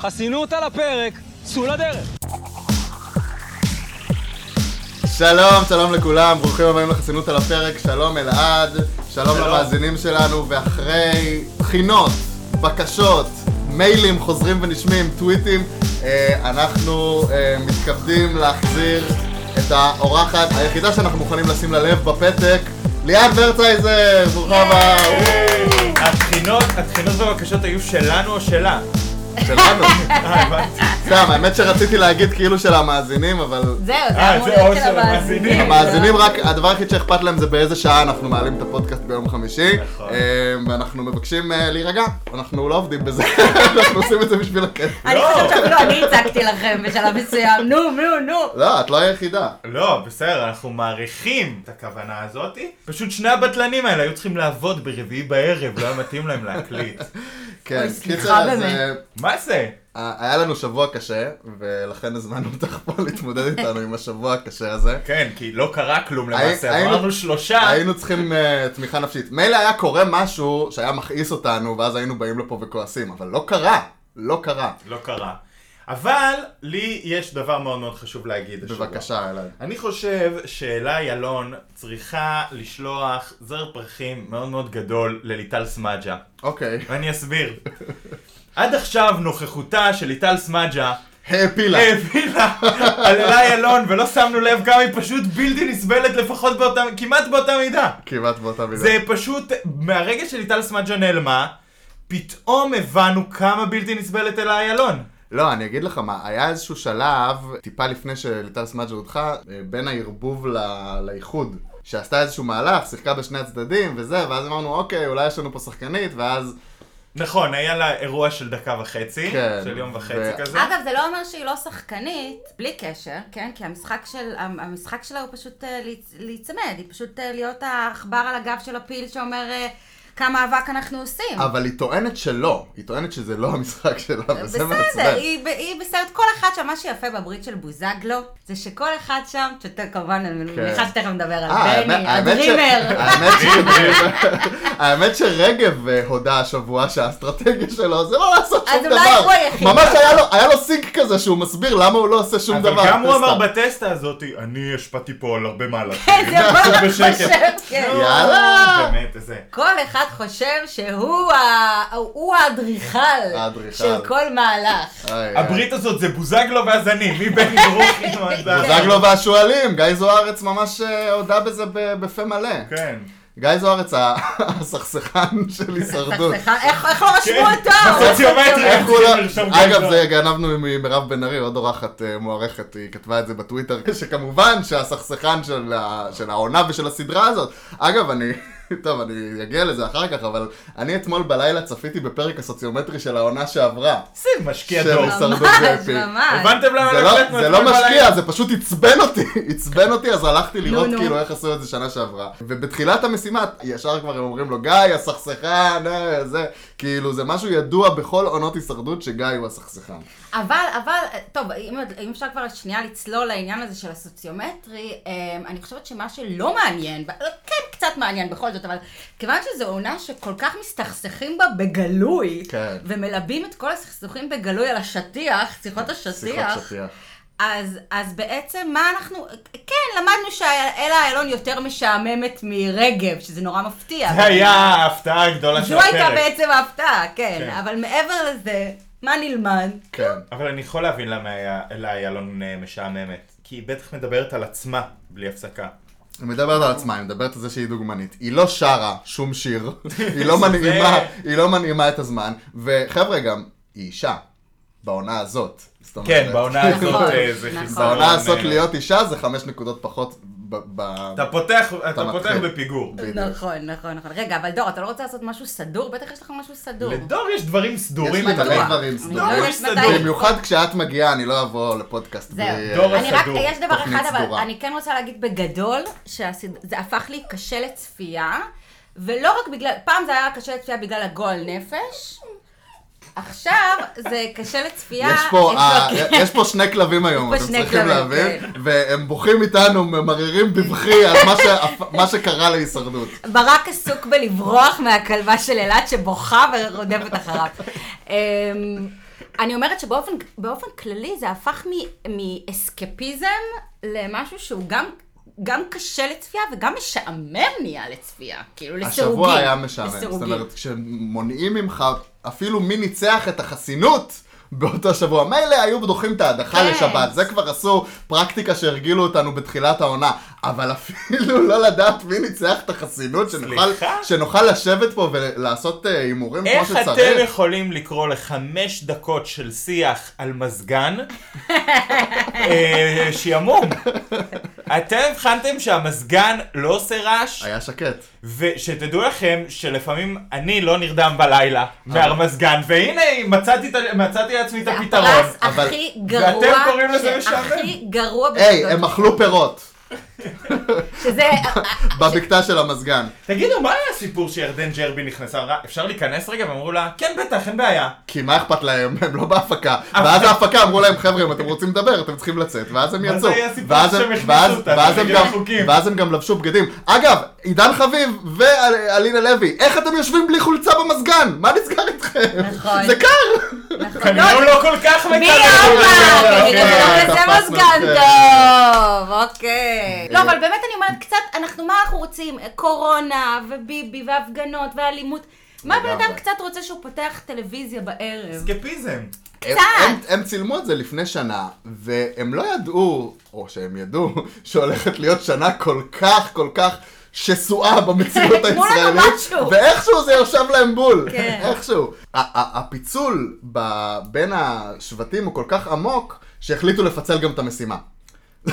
חסינות על הפרק, צאו לדרך. שלום, שלום לכולם, ברוכים הבאים לחסינות על הפרק, שלום אלעד, שלום למאזינים שלנו, ואחרי בחינות, בקשות, מיילים חוזרים ונשנים, טוויטים, אה, אנחנו אה, מתכבדים להחזיר את האורחת היחידה שאנחנו מוכנים לשים לה לב בפתק, ליעד ורצייזר, ברוכה הבאה, התחינות, התחינות והבקשות היו שלנו או שלה? וואו, שלנו. אה, הבנתי. סתם, האמת שרציתי להגיד כאילו של המאזינים, אבל זהו, זה אה, אמור זה להיות עוד של של המאזינים. המאזינים. המאזינים רק, הדבר היחיד שאכפת להם זה באיזה שעה אנחנו מעלים את הפודקאסט ביום חמישי. נכון. אה, ואנחנו מבקשים אה, להירגע, אנחנו לא עובדים בזה, אנחנו עושים את זה בשביל הכיף. אני לא. חושבת שאפילו אני הצגתי לכם בשלב מסוים, נו, נו, נו. לא, את לא היחידה. לא, בסדר, אנחנו מעריכים את הכוונה הזאתי. פשוט שני הבטלנים האלה היו צריכים לעבוד ברביעי בערב, לא היה מתאים להם להקליט. כן, אוי, סליחה, קיצר, אז באמת. אה, מה זה? אה, היה לנו שבוע קשה, ולכן הזמנו אותך פה להתמודד איתנו עם השבוע הקשה הזה. כן, כי לא קרה כלום הי- למעשה, היינו- אמרנו שלושה. היינו צריכים אה, תמיכה נפשית. מילא היה קורה משהו שהיה מכעיס אותנו, ואז היינו באים לפה וכועסים, אבל לא קרה, לא קרה. לא קרה. אבל לי יש דבר מאוד מאוד חשוב להגיד השבוע. בבקשה, אלעד. אני חושב שאלה ילון צריכה לשלוח זר פרחים מאוד מאוד גדול לליטל סמדג'ה. אוקיי. ואני אסביר. עד עכשיו נוכחותה של ליטל סמדג'ה העפילה. העבירה על אלי אלון ולא שמנו לב כמה היא פשוט בלתי נסבלת לפחות באותה, כמעט באותה מידה. כמעט באותה מידה. זה פשוט, מהרגע שליטל סמדג'ה נעלמה, פתאום הבנו כמה בלתי נסבלת אלי אלון. לא, אני אגיד לך מה, היה איזשהו שלב, טיפה לפני שליטל סמדג'ה הודחה, אה, בין הערבוב ל- לאיחוד, שעשתה איזשהו מהלך, שיחקה בשני הצדדים וזה, ואז אמרנו, אוקיי, אולי יש לנו פה שחקנית, ואז... נכון, היה לה אירוע של דקה וחצי, כן, של יום ו- וחצי כזה. אגב, זה לא אומר שהיא לא שחקנית, בלי קשר, כן? כי המשחק, של, המשחק שלה הוא פשוט אה, להצ- להיצמד, היא פשוט אה, להיות העכבר על הגב של הפיל שאומר אה, כמה אבק אנחנו עושים. אבל היא טוענת שלא, היא טוענת שזה לא המשחק שלה, וזה אה, בסדר, מעצבן. היא, ב- היא בסרט, כל אחד שם, מה שיפה בברית של בוזגלו, זה שכל אחד שם, שאתה כמובן, אני מניחה שתכף נדבר על כן. אה, בני, האמת- האמת ש- הדרימר. האמת ש- האמת שרגב אה, הודה השבוע שהאסטרטגיה שלו זה לא לעשות אז שום דבר. אולי הוא היחיד. ממש היה לו- היה לו סינק כזה שהוא מסביר למה הוא לא עושה שום דבר. אבל גם הוא סתם. אמר בטסטה הזאת, אני השפעתי פה על הרבה מהלכים. כן, זה מה פשוט אתה בשקט. חושב, כן. נו, יאללה. באמת, איזה... כל אחד חושב שהוא ה... הוא האדריכל האדריכל. של כל מהלך. איי, איי. הברית הזאת זה בוזגלו ואז אני, מי בני ברוכין או אתה? כן. בוזגלו והשועלים, גיא זוארץ ממש אה, הודה בזה ב- בפה מלא. כן. גיא זוארץ, ה- הסכסכן של הישרדות. סליחה, איך איך לא רשמו כן, אותו? אוקיי. בסוציומטרי. איך הוא צריכים לא- לרשום גיא אגב, זוארץ. זה גנבנו ממירב בן ארי, עוד אורחת אה, מוערכת, היא כתבה את זה בטוויטר, שכמובן שהסכסכן של ה- של העונה ושל הסדרה הזאת. אגב, אני... טוב, אני אגיע לזה אחר כך, אבל אני אתמול בלילה צפיתי בפרק הסוציומטרי של העונה שעברה. זה משקיע של דור. הישרדות ממש, ואפי. ממש. הבנתם למה זה לא- הקלטנו זה אתמול לא בלילה? משקיע, זה פשוט עצבן אותי, עצבן אותי, אז הלכתי לראות נו. כאילו איך עשו את זה שנה שעברה. ובתחילת המשימה, ישר כבר הם אומרים לו, גיא, הסכסכן, אה, זה, כאילו, זה משהו ידוע בכל עונות הישרדות שגיא הוא הסכסכן. אבל, אבל, טוב, אם אם אפשר כבר שנייה לצלול לעניין הזה של הסוציומטרי, אמ, אני חושבת שמה שלא מעניין, ב- כן, קצת מעניין בכל זאת, אבל כיוון שזו עונה שכל כך מסתכסכים בה בגלוי, כן. ומלבים את כל הסכסוכים בגלוי על השטיח, שיחות שיחות השטיח, שטיח. אז, אז בעצם מה אנחנו, כן, למדנו שאלה אלון יותר משעממת מרגב, שזה נורא מפתיע. זה היה ההפתעה הגדולה של זו הייתה הפרק. בעצם ההפתעה, כן. כן. אבל מעבר לזה, מה נלמד? כן. אבל אני יכול להבין למה היה- אלה אלון אה, משעממת. כי היא בטח מדברת על עצמה בלי הפסקה. היא מדברת על עצמה, היא מדברת על זה שהיא דוגמנית. היא לא שרה שום שיר, היא לא מנעימה, היא לא מנעימה את הזמן, וחבר'ה גם, היא אישה, בעונה הזאת. זאת אומרת- כן, בעונה נכון, הזאת אה, זה נכון. חיסרון. בעונה אה, הזאת להיות אישה זה חמש נקודות פחות ב... ב- אתה פותח, אתה מתחיל. פותח בפיגור. בדיוק. נכון, נכון, נכון. רגע, אבל דור, אתה לא רוצה לעשות משהו סדור? בטח יש לך משהו סדור. לדור יש דברים סדורים. יש לי אתה מלא יודע. דברים אני סדורים. לא יודעת דור מתי- במיוחד כשאת מגיעה, אני לא אבוא לפודקאסט בלי... אה, זהו. דור אה, אני רק, הסדור, יש דבר תוכנית אחד, אבל סדורה. אני כן רוצה להגיד בגדול, שזה הפך לי קשה לצפייה, ולא רק בגלל, פעם זה היה קשה לצפייה בגלל הגועל נפש. עכשיו זה קשה לצפייה, יש פה, לו- אה, יש פה שני כלבים היום, פה אתם שני צריכים כלבים, כן. להבין, והם בוכים איתנו, ממררים בבכי על מה שה- מה שקרה להישרדות. ברק עסוק בלברוח מהכלבה של אלעד שבוכה ורודפת אחריו. אמ, אני אומרת שבאופן באופן כללי זה הפך מ- מאסקפיזם למשהו שהוא גם... גם קשה לצפייה וגם משעמם נהיה לצפייה, כאילו לסירוגין. השבוע היה משעמם, זאת לסירוגין. אומרת, כשמונעים ממך, אפילו מי ניצח את החסינות באותו שבוע. מילא היו דוחים את ההדחה כן. לשבת, זה כבר עשו פרקטיקה שהרגילו אותנו בתחילת העונה, אבל אפילו לא לדעת מי ניצח את החסינות, שנוכל, סליחה? שנוכל לשבת פה ולעשות אה, הימורים כמו איך שצריך. אתם יכולים לקרוא לחמש דקות של שיח על מזגן אה, שעמום? אתם הבחנתם שהמזגן לא עושה רעש, היה שקט. ושתדעו לכם שלפעמים אני לא נרדם בלילה מהמזגן, והנה מצאתי את ה- מצאתי לעצמי את זה הפתרון. הפרס אבל- הכי גרוע, ואתם קוראים לזה ש- משעמם? הכי גרוע לא היי, בתולדות. הם אכלו פירות שזה... בבקתה של המזגן. תגידו, מה היה הסיפור שירדן ג'רבי נכנסה? אמרה, אפשר להיכנס רגע? ואמרו לה, כן בטח, אין בעיה. כי מה אכפת להם? הם לא בהפקה. ואז ההפקה אמרו להם, חבר'ה, אם אתם רוצים לדבר, אתם צריכים לצאת. ואז הם מה זה יצאו. היה הסיפור ואז הם- שהם הכניסו ואז- אותנו ואז הם בגלל גם- החוקים? ואז הם גם לבשו בגדים. אגב, עידן חביב ואלינה לוי, איך אתם יושבים בלי חולצה במזגן? מה נסגר איתכם? נכון. זה קר! כנראה הוא לא כל כך מי מקבל. אורבך? אוקיי, כנראה תפסנו זה את מזגן זה. לא אה, טוב, אוקיי. לא, אבל באמת אני אומרת, קצת, אנחנו, מה אנחנו רוצים? קורונה, וביבי, והפגנות, ואלימות. מה בן לגמרי. אדם קצת רוצה שהוא פותח טלוויזיה בערב? אסקפיזם. הם- הם- הם צילמו את זה לפני שנה, והם לא ידעו, או שהם ידעו, שהולכת להיות שנה כל כך, כל כך... שסועה במציאות תנו לנו הישראלית, משהו. ואיכשהו זה יושב להם בול, כן. איכשהו. ה- ה- הפיצול ב- בין השבטים הוא כל כך עמוק, שהחליטו לפצל גם את המשימה. כן, כן.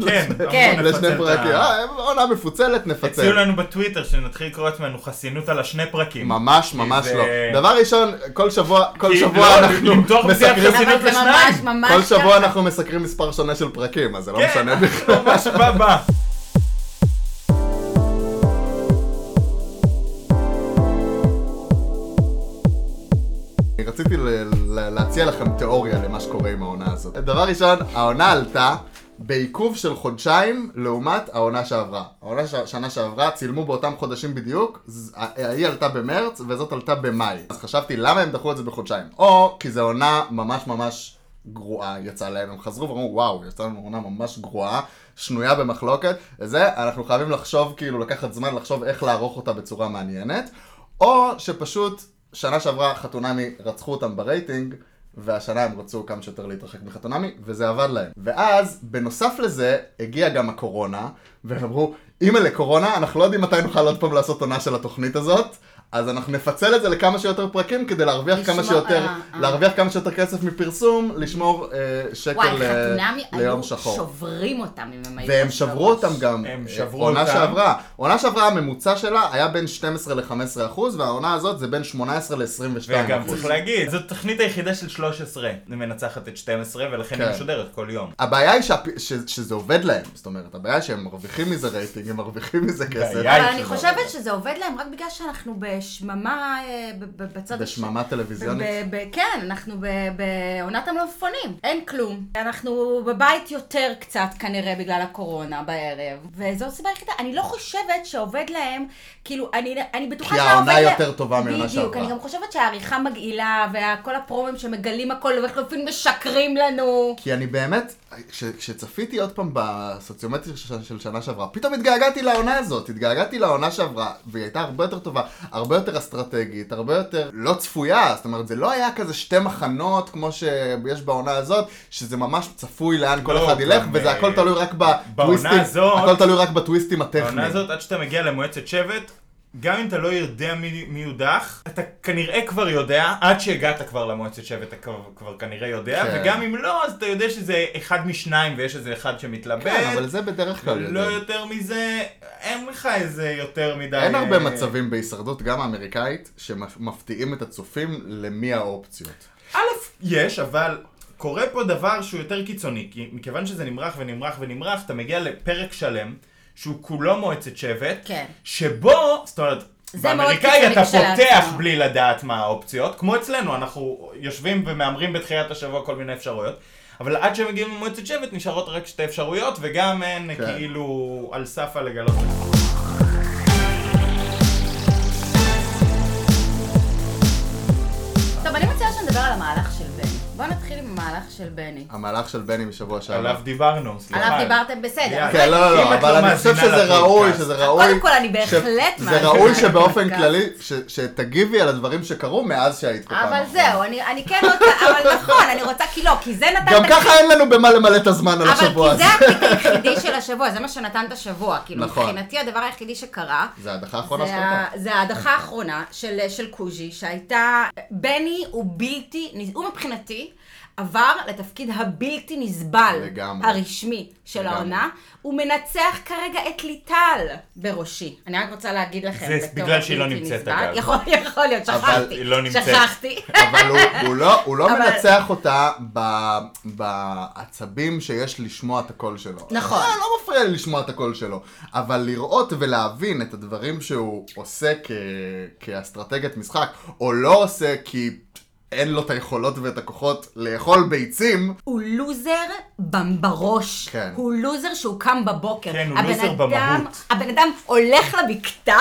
אמרו, נפצל לשני את פרקים, ה- אה, עונה מפוצלת, הציעו נפצל. לנו בטוויטר שנתחיל לקרוא לעצמנו חסינות על השני פרקים. ממש כי ממש זה- לא. דבר ראשון, כל שבוע, כל כי שבוע לא, אנחנו למתוח בשיח מסקרים חסינות אבל זה לשניים. ממש ממש לא. כל שבוע ככה. אנחנו מסקרים מספר שונה של פרקים, אז זה לא כן, משנה בכלל. אנחנו ממש בבא. אני רציתי ל- ל- להציע לכם תיאוריה למה שקורה עם העונה הזאת. דבר ראשון, העונה עלתה בעיכוב של חודשיים לעומת העונה שעברה. העונה ש... שנה שעברה, צילמו באותם חודשים בדיוק, ז... ה- ההיא עלתה במרץ וזאת עלתה במאי. אז חשבתי למה הם דחו את זה בחודשיים. או כי זו עונה ממש ממש גרועה יצאה להם, הם חזרו ואמרו וואו, יצא לנו עונה ממש גרועה, שנויה במחלוקת, וזה, אנחנו חייבים לחשוב, כאילו לקחת זמן לחשוב איך לערוך אותה בצורה מעניינת, או שפשוט שנה שעברה חתונמי רצחו אותם ברייטינג, והשנה הם רצו כמה שיותר להתרחק מחתונמי, וזה עבד להם. ואז, בנוסף לזה, הגיעה גם הקורונה, והם אמרו, אימא'לה קורונה, אנחנו לא יודעים מתי נוכל עוד פעם לעשות עונה של התוכנית הזאת. אז אנחנו נפצל את זה לכמה שיותר פרקים כדי להרוויח כמה לשמור- שיותר, אה, אה. להרוויח כמה שיותר כסף מפרסום, לשמור אה, שקל וואי, ל- חתונמי ליום היו שחור. שוברים אותם אם הם היו... והם שברו אותם גם, הם אה, שברו עונה אותם. שעברה. עונה שעברה הממוצע שלה היה בין 12 ל-15 אחוז, והעונה הזאת זה בין 18 ל-22 וגם אחוז. צריך להגיד, זאת התוכנית היחידה של 13. היא מנצחת את 12 ולכן היא כן. משודרת כל יום. הבעיה היא שהפ- ש- שזה עובד להם, זאת אומרת, הבעיה שהם מרוויחים מזה רייטינג, הם מרוויחים מזה כסף. בעיה. אבל אני שלא. חושבת שזה עובד להם רק בגלל שאנחנו בשממה, אה, ב- ב- בצד... הש- בשממה טלוויזיונית. ב- ב- כן, אנחנו ב- בעונת המלפפונים, אין כלום. אנחנו בבית יותר קצת כנראה בגלל הקורונה בערב, וזו הסיבה היחידה. אני לא חושבת שעובד להם, כאילו, אני, אני בטוחה כי שעובד... העונה לה- יותר טובה מהעונה בדיוק, שעברה. אני גם חושבת שהעריכה מגעילה, וכל הפרומים שמגלים הכל, ולחלופין משקרים לנו. כי אני באמת, כש- כשצפיתי עוד פעם בסוציומטרי של, של שנה שעברה, פתאום התגעגעתי לעונה הזאת, התגעגעתי לעונה שעברה, והיא הייתה הרבה יותר טובה, הרבה יותר אסטרטגית, הרבה יותר לא צפויה, זאת אומרת, זה לא היה כזה שתי מחנות כמו שיש בעונה הזאת, שזה ממש צפוי לאן כל לא, אחד ילך, גם, וזה אה, הכל תלוי רק בטוויסטים, הזאת- הכל תלוי רק בטוויסטים הטכניים. העונה הזאת, עד שאתה מגיע למועצת שבט, גם אם אתה לא יודע מי מי יודח, אתה כנראה כבר יודע, עד שהגעת כבר למועצת שבט, אתה כבר- כבר כנראה יודע, כן. וגם אם לא, אז אתה יודע שזה אחד משניים ויש איזה אחד שמתלבט. כן, אבל זה בדרך כלל לא יודע. יותר מזה, אין לך איזה יותר מדי... אין הרבה אה, מצבים בהישרדות, גם האמריקאית, שמפתיעים את הצופים למי האופציות. א', יש, אבל קורה פה דבר שהוא יותר קיצוני, כי מכיוון שזה נמרח ונמרח ונמרח, אתה מגיע לפרק שלם, שהוא כולו מועצת שבט, כן. שבו, זאת אומרת, זה מאוד באמריקאי קיצוני אתה פותח כשלעצמו. בלי לדעת מה האופציות, כמו אצלנו, אנחנו יושבים ומהמרים בתחילת השבוע כל מיני אפשרויות. אבל עד שהם מגיעים למועצת שבט נשארות רק שתי אפשרויות, וגם הן כן. כאילו על סף הלגלות. טוב, אני מציעה שנדבר על המהלך של בן. בוא נתחיל עם המהלך של בני. המהלך של בני משבוע עליו שעבר. דיברנו, סליחה. עליו דיברתם בסדר. יאללה. אה, כן, לא, לא, אם לא, את אבל לא אני חושב מאזינה שזה ראוי, לפודקאסט. שזה ראוי. קודם כל, אני ש- בהחלט זה ראוי מאזינה שבאופן לפודקאסט. כללי, ש- שתגיבי על הדברים שקרו מאז שהיית פה. פעם אבל אחרונה. זהו, אני אני כן רוצה, אבל נכון, אני רוצה, כי לא, כי זה נתן... גם את ככה אין לנו במה למלא את הזמן על השבוע אבל כי הזה. זה הקטע היחידי של השבוע, זה מה שנתן את השבוע. כאילו, נכון. מבחינתי הדבר היחידי שקרה, זה ההדחה האחרונה כן. זה שקרתה. ה- זה ההדחה האחרונה של, של קוז'י, שהייתה... בני הוא בלתי... נס- הוא מבחינתי עבר לתפקיד הבלתי נסבל. לגמרי. הרשמי של לגמרי. העונה. הוא מנצח כרגע את ליטל בראשי. אני רק רוצה להגיד לכם, זה בתור בגלל שהיא לא הבלתי נמצאת, נסבל. אגב. יכול, יכול להיות, אבל שכחתי. היא לא נמצאת. שכחתי. אבל הוא- הוא לא- הוא לא אבל- מנצח אותה ב- בעצבים שיש לשמוע את הקול שלו. נכון. אה, לא מפריע לי לשמוע את הקול שלו. אבל לראות ולהבין את הדברים שהוא עושה כ- כאסטרטגיית משחק, או לא עושה כי אין לו את היכולות ואת הכוחות לאכול ביצים, הוא לוזר במ- בראש. כן. הוא לוזר שהוא קם בבוקר. כן, הוא הבן לוזר אדם- במהות. הבן אדם הולך לבקתה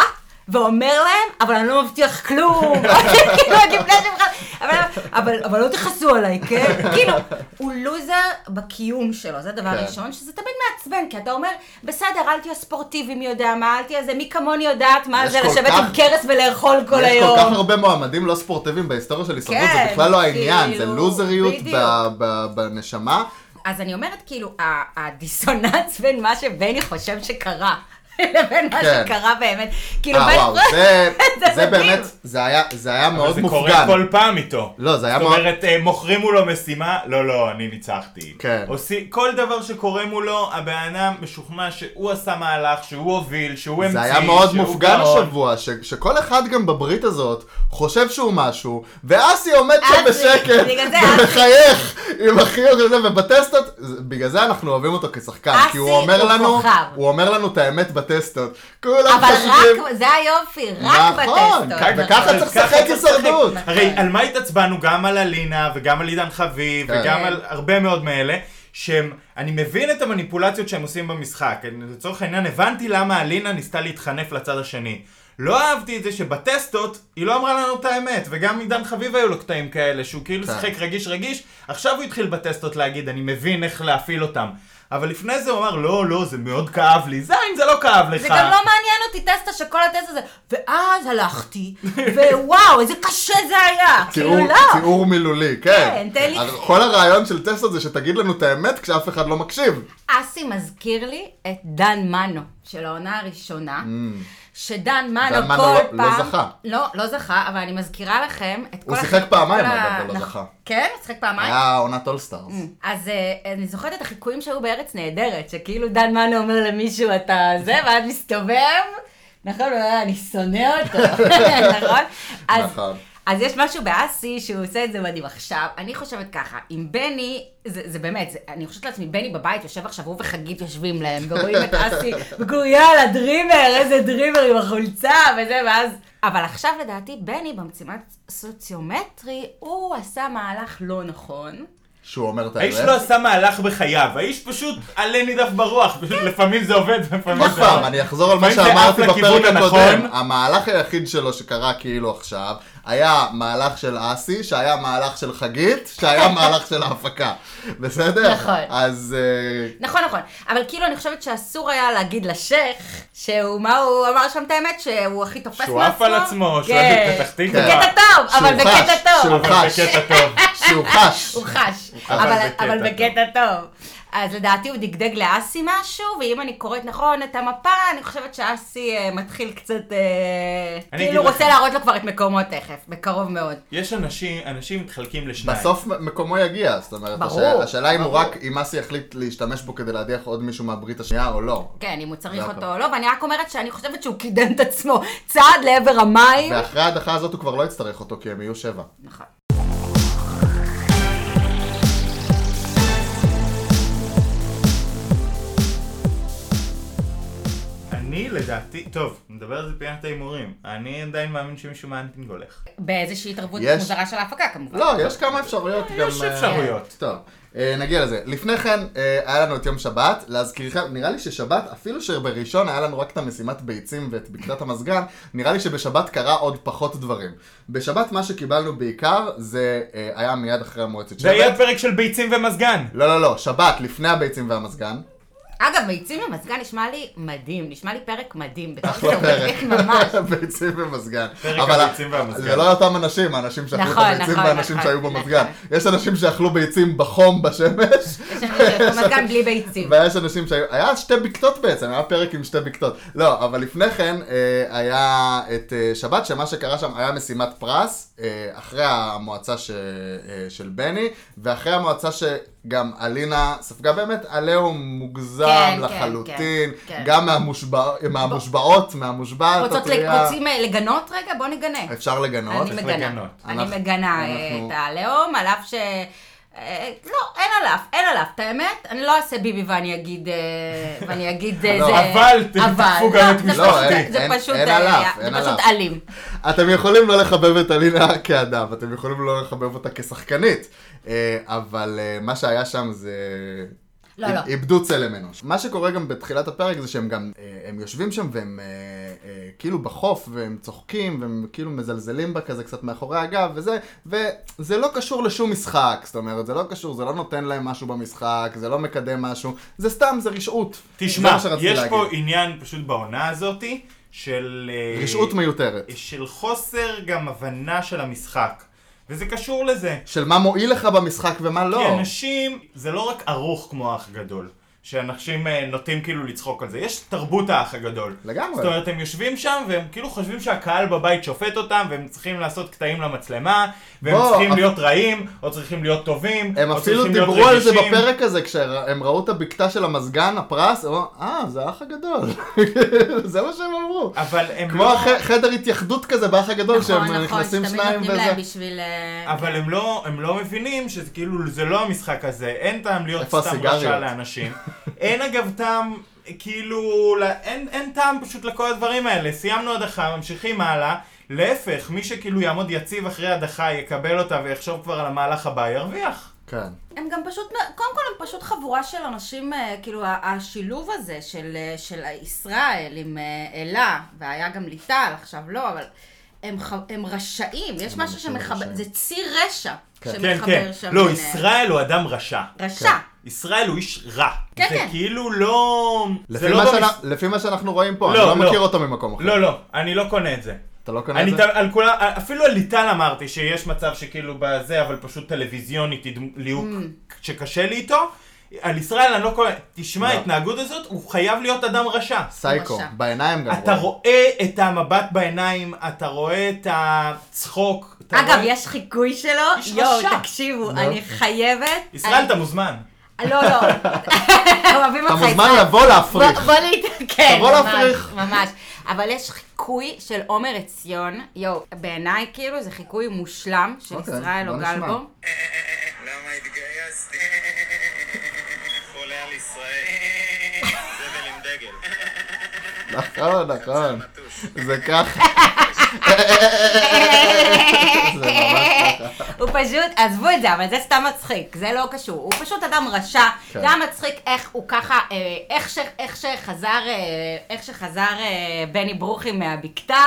ואומר להם, אבל אני לא מבטיח כלום. אתם כאילו, עוד לפני שבכלל... אבל- אבל- אבל לא תכעסו עליי, כן? כאילו, הוא לוזר בקיום שלו, זה דבר כן. ראשון, שזה תמיד מעצבן, כי אתה אומר, בסדר, אל תהיה ספורטיבי מי יודע מה, אל תהיה זה, מי כמוני יודעת מה יש זה כל לשבת כך- עם קרס ולאכול כל יש כל כך היום. הרבה מועמדים לא ספורטיביים בהיסטוריה של הישרדות, כן, זה בכלל לא העניין, זה כאילו, לוזריות בדיוק. ב- ב- בנשמה. אז אני אומרת, כאילו, ה- הדיסוננס בין מה שבני חושב שקרה, לבין מה כן. שקרה באמת. כאילו, אה בני- וואו, זה- זה זה מדהים. באמת, זה היה- זה היה מאוד זה קורה מופגן. כל פעם איתו. לא, זה היה זאת מאוד- אומרת, אה, מוכרים מולו משימה, לא, לא, אני ניצחתי. כן. עושי- כל דבר שקורה מולו, הבן אדם משוכנע שהוא עשה מהלך, שהוא הוביל, שהוא זה המציא, היה מאוד שהוא מופגן גאון. השבוע, ש- שכל אחד גם בברית הזאת חושב שהוא משהו, ואסי עומד שם אסי, בשקט, בגלל זה אסי. ומחייך עם החיוך הזה, ובטסטות, זה- בגלל זה אנחנו אוהבים אותו כשחקן, כי הוא אסי אומר הוא לנו, כוכב. הוא אומר לנו את האמת בטסטות. כולם אבל חושבים, רק, זה היופי, רק לא נכון, בטסטות. כ- וככה צריך ככה לשחק צריך הישרדות. נכון. הרי על מה התעצבנו? גם על אלינה, וגם על עידן חביב, כן. וגם כן. על הרבה מאוד מאלה. שהם, אני מבין את המניפולציות שהם עושים במשחק. אני, לצורך העניין, הבנתי למה אלינה ניסתה להתחנף לצד השני. לא אהבתי את זה שבטסטות, היא לא אמרה לנו את האמת, וגם עידן חביב היו לו קטעים כאלה, שהוא כאילו כן. שיחק רגיש רגיש, עכשיו הוא התחיל בטסטות להגיד, אני מבין איך להפעיל אותם. אבל לפני זה הוא אמר, לא, לא, זה מאוד כאב לי. זין, זה לא כאב לך. זה גם לא מעניין אותי טסטה שכל הטסט הזה. ואז הלכתי, ווואו, איזה קשה זה היה. כאילו, תיאור, לא. תיאור מילולי, כן. כן, תן לי- אז כל הרעיון של טסט הזה שתגיד לנו את האמת כשאף אחד לא מקשיב. אסי מזכיר לי את דן מנו של העונה הראשונה, שדן מנו Mm. דן מנו כל לא- לא פעם... זכה. לא, לא זכה, אבל אני מזכירה לכם את כל... הוא הח- שיחק פעמיים, כל ה- אגב, ולא נכון. זכה. כן? הוא שיחק פעמיים? היה עונת אולסטארס. אז אה, אני זוכרת את החיקויים שהיו בארץ נהדרת, שכאילו דן מנו אומר למישהו אתה זה, ואז מסתובב, נכון? הוא אומר, אני שונא אותו, נכון? אז- נכון. אז יש משהו באסי שהוא עושה את זה מדהים. עכשיו, אני חושבת ככה, אם בני, זה, זה באמת, זה, אני חושבת לעצמי, בני בבית יושב עכשיו, הוא וחגית יושבים להם, ורואים את אסי, וכאילו, יאללה, דרימר, איזה דרימר עם החולצה, וזה, ואז... אבל עכשיו לדעתי, בני במצימת סוציומטרי, הוא עשה מהלך לא נכון. שהוא אומר את האמת. האיש לא עשה מהלך בחייו, האיש פשוט עלה נידף ברוח, פשוט לפעמים זה עובד ולפעמים עוד זה פעם, לא. אני אחזור על מה לפעמים זה שאמרתי עף לכיוון בפרק הקודם. הנכון. המהלך היחיד שלו שקרה כאילו עכשיו, היה מהלך של אסי, שהיה מהלך של חגית, שהיה מהלך של ההפקה. בסדר? נכון. אז אה, נכון, נכון. אבל כאילו, אני חושבת שאסור היה להגיד לשייח, שהוא, מה הוא אמר שם את האמת? שהוא הכי תופס מעצמו? שהוא עף על עצמו, שהוא כן. אוהב את פתח תקווה. זה קטע טוב, אבל שהוא זה חש, קטע טוב. שהוא אבל חש. זה קטע טוב. שהוא חש. הוא חש, אבל אבל, בקטע אבל טוב. בקטע טוב. אז לדעתי הוא דגדג לאסי משהו, ואם אני קוראת נכון את המפה, אני חושבת שאסי אה, מתחיל קצת... אה, אני כאילו אגיד רוצה לכם. להראות לו כבר את מקומו תכף, בקרוב מאוד. יש אנשים, אנשים מתחלקים לשניים. בסוף מקומו יגיע, זאת אומרת, ברור, השאלה- השאלה אם הוא ברור. רק, אם אסי יחליט להשתמש בו כדי להדיח עוד מישהו מהברית השנייה או לא. כן, אם הוא צריך זה אותו הכל. או לא, ואני רק אומרת שאני חושבת שהוא קידם את עצמו צעד לעבר המים. ואחרי ההדחה הזאת הוא כבר לא יצטרך אותו, כי הם יהיו שבע. נכון. אני, לדעתי, לדעתי, טוב, נדבר על זה פינת ההימורים. אני עדיין מאמין שמישהו מהאנטינג הולך. באיזושהי התערבות יש. מוזרה של ההפקה כמובן. לא, יש כמה אפשרויות גם... יש אה, אפשרויות. טוב, אה, נגיע לזה. לפני כן, אה, היה לנו את יום שבת, להזכירכם, נראה לי ששבת, אפילו שבראשון היה לנו רק את המשימת ביצים ואת בקתת המזגן, נראה לי שבשבת קרה עוד פחות דברים. בשבת מה שקיבלנו בעיקר, זה אה, היה מיד אחרי המועצת זה יהיה שבת. הפרק של ביצים ומזגן. לא, לא, לא, שבת, לפני הביצים והמזגן. אגב, ביצים במזגן נשמע לי מדהים, נשמע לי פרק מדהים. בתור כן, אחלה פרק. פרק ממש. ביצים ומזגן. פרק אבל הביצים והמזגן. זה לא אותם אנשים, האנשים שאכלו את נכון, הביצים נכון, והאנשים נכון, שהיו במזגן. נכון. יש אנשים שאכלו ביצים בחום בשמש. יש אנשים שיש לו מזגן בלי ביצים. ויש אנשים שהיו, היה שתי בקתות בעצם, היה פרק עם שתי בקתות. לא, אבל לפני כן אה, היה את אה, שבת, שמה שקרה שם היה משימת פרס, אה, אחרי המועצה ש, אה, של בני, ואחרי המועצה שגם אלינה ספגה באמת עליהום מוגזם כן, כן, לחלוטין, כן, כן. גם מהמושבע, מהמושבעות, מהמושבעת, רוצות לג- הטריה. רוצים אה, לגנות רגע? בוא נגנה. אפשר לגנות. אני לגנות. מגנה. אני אנחנו- מגנה אה, אנחנו- את הלאום, על אף ש... אה, לא, אין עליו, אין עליו, את האמת, אני לא אעשה ביבי ואני אגיד, אה, ואני אגיד אה, לא, זה, אבל תתקפו אבל, גם לא, את זה משפחתי. פשוט- לא, אין- זה אין- פשוט, אין אה, עליו, זה אין פשוט עליו. אלים. אתם יכולים לא לחבב את אלינה כאדם, אתם יכולים לא לחבב אותה כשחקנית, אה, אבל אה, מה שהיה שם זה... לא, איב- לא. איבדו צלם אנוש. מה שקורה גם בתחילת הפרק זה שהם גם, אה, הם יושבים שם והם אה, אה, כאילו בחוף והם צוחקים והם כאילו מזלזלים בה כזה קצת מאחורי הגב וזה, וזה לא קשור לשום משחק, זאת אומרת, זה לא קשור, זה לא נותן להם משהו במשחק, זה לא מקדם משהו, זה סתם, זה רשעות. זה תשמע, מה שרציתי יש להגיד. פה עניין פשוט בעונה הזאתי של... אה, רשעות מיותרת. של חוסר גם הבנה של המשחק. וזה קשור לזה. של מה מועיל לך במשחק ומה לא. כי אנשים, זה לא רק ערוך כמו האח הגדול. שאנשים אה, נוטים כאילו לצחוק על זה. יש תרבות האח הגדול. לגמרי. זאת אומרת, הם יושבים שם והם כאילו חושבים שהקהל בבית שופט אותם, והם צריכים לעשות קטעים למצלמה, והם בוא, צריכים אפ- להיות רעים, או צריכים להיות טובים, הם או אפילו צריכים להיות דיברו על זה רגישים. בפרק הזה, כשהם ראו את הבקתה של המזגן, הפרס, הם אמרו, אה, זה האח הגדול. זה מה שהם אמרו. אבל הם כמו לא... הח- חדר התייחדות כזה באח הגדול, נכון, שהם נכון, נכנסים שתמיד שניים נותנים וזה. להם בשביל... אה, אבל הם לא, הם לא מבינים שזה כאילו, זה לא המשחק הזה, אין טעם להיות איפה סתם הסיגריות? רשע לאנשים. אין אגב טעם, כאילו, לא, אין, אין טעם פשוט לכל הדברים האלה. סיימנו הדחה, ממשיכים הלאה. להפך, מי שכאילו יעמוד יציב אחרי הדחה, יקבל אותה ויחשוב כבר על המהלך הבא, ירוויח. כן. הם גם פשוט, קודם כל הם פשוט חבורה של אנשים, אה, כאילו ה- השילוב הזה של, אה, של ישראל עם אה, אלה, והיה גם ליטל, עכשיו לא, אבל הם, ח- הם רשעים, יש משהו אנשים שמחבר, רשעים. זה ציר רשע לא כן, שמחבר כן. שם. לא, בין, אה, ישראל כן. הוא אדם רשע. רשע. ישראל הוא איש רע. כן, זה כן. כאילו לא... זה לפי לא מה במש- שאנ- לפי מה שאנחנו רואים פה, אני לא, לא לא. מכיר אותו ממקום אחר. לא, לא, אני לא קונה את זה. אתה לא קונה את אני זה? ת... על כולם, אפילו על ליטל אמרתי שיש מצב שכאילו בזה, אבל פשוט טלוויזיוני, תדמ... ליהוק Mm. שקשה לי איתו. על ישראל אני לא קונה, תשמע, לא. ההתנהגות הזאת, הוא חייב להיות אדם רשע. סייקו, רשע. בעיניים גם. אתה רואים. רואה את המבט בעיניים, אתה רואה את הצחוק. אתה אגב, רואה- יש חיקוי שלו, יש רשע. יואו, תקשיבו, אני חייבת. ישראל, אני- אתה מוזמן. לא, לא, אוהבים אתה אותך מוזמן ישראל. לבוא להפריך. בוא, בוא נית... כן, תבוא ממש, להפריך. ממש. אבל יש חיקוי של עומר עציון, יואו, בעיניי כאילו זה חיקוי מושלם לא של אוקיי, ישראל בוא או נשמע. גלבו. למה התגייסתי? חולה על ישראל. זבל עם דגל. נכון, נכון. נטוש. זה ככה. זה ממש ככה. הוא פשוט, עזבו את זה, אבל זה סתם מצחיק, זה לא קשור. הוא פשוט אדם רשע, כן. זה היה מצחיק איך הוא ככה, אה, איך ש- איך שחזר, אה, איך שחזר אה, בני ברוכי מהבקתה,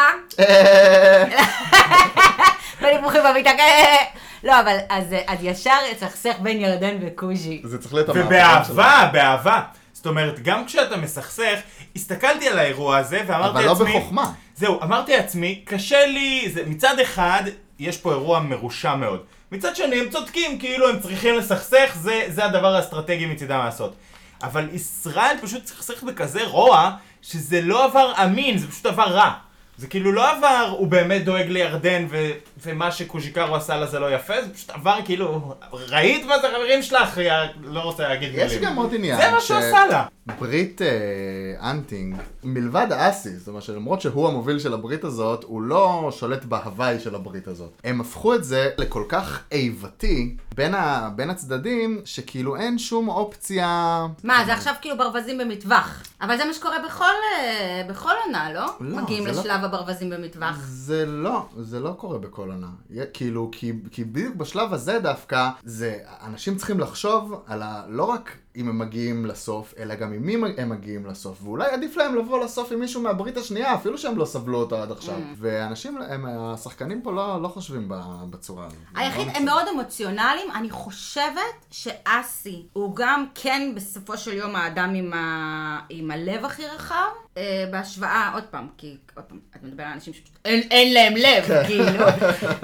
בני ברוכי מהבקתה, אה, לא, אבל אז אה, אז ישר יסכסך בין ירדן וכוז'י. זה צריך להיות המעברים שלו. ובאהבה, באהבה. זאת אומרת, גם כשאתה מסכסך, הסתכלתי על האירוע הזה ואמרתי אבל לא לעצמי... בחוכמה. זהו, אמרתי לעצמי, קשה לי... זה, מצד אחד, יש פה אירוע מרושע מאוד. מצד שני, הם צודקים, כאילו הם צריכים לסכסך, זה, זה הדבר האסטרטגי מצידם לעשות. אבל ישראל פשוט סכסך בכזה רוע, שזה לא עבר אמין, זה פשוט עבר רע. זה כאילו לא עבר, הוא באמת דואג לירדן, ו- ומה שקוז'יקרו עשה לה זה לא יפה, זה פשוט עבר כאילו, ראית מה זה חברים שלך, יא- לא רוצה להגיד יש גם עוד עניין. זה מה ש- שעשה לה. ברית אה, אנטינג, מלבד האסי, זאת אומרת שלמרות שהוא המוביל של הברית הזאת, הוא לא שולט בהוואי של הברית הזאת. הם הפכו את זה לכל כך איבתי בין, ה, בין הצדדים, שכאילו אין שום אופציה... מה, זה עכשיו כאילו ברווזים במטווח. אבל זה מה שקורה בכל, אה, בכל עונה, לא? לא, מגיעים זה לא- לשלב הברווזים במטווח. זה לא, זה לא קורה בכל עונה. יה- כאילו, כי, כי בדיוק בשלב הזה דווקא, זה, אנשים צריכים לחשוב על ה... לא רק אם הם מגיעים לסוף, אלא גם עם מי הם מגיעים לסוף. ואולי עדיף להם לבוא לסוף עם מישהו מהברית השנייה, אפילו שהם לא סבלו אותה עד עכשיו. Mm. ואנשים, הם, השחקנים פה לא, לא חושבים ב- בצורה הזאת. היחיד, לא הם מאוד אמוציונליים, אני חושבת שאסי הוא גם כן בסופו של יום האדם עם, ה... עם הלב הכי רחב, אה, בהשוואה, עוד פעם, כי עוד פעם, את מדבר על אנשים שפשוט אין, אין להם לב, כאילו,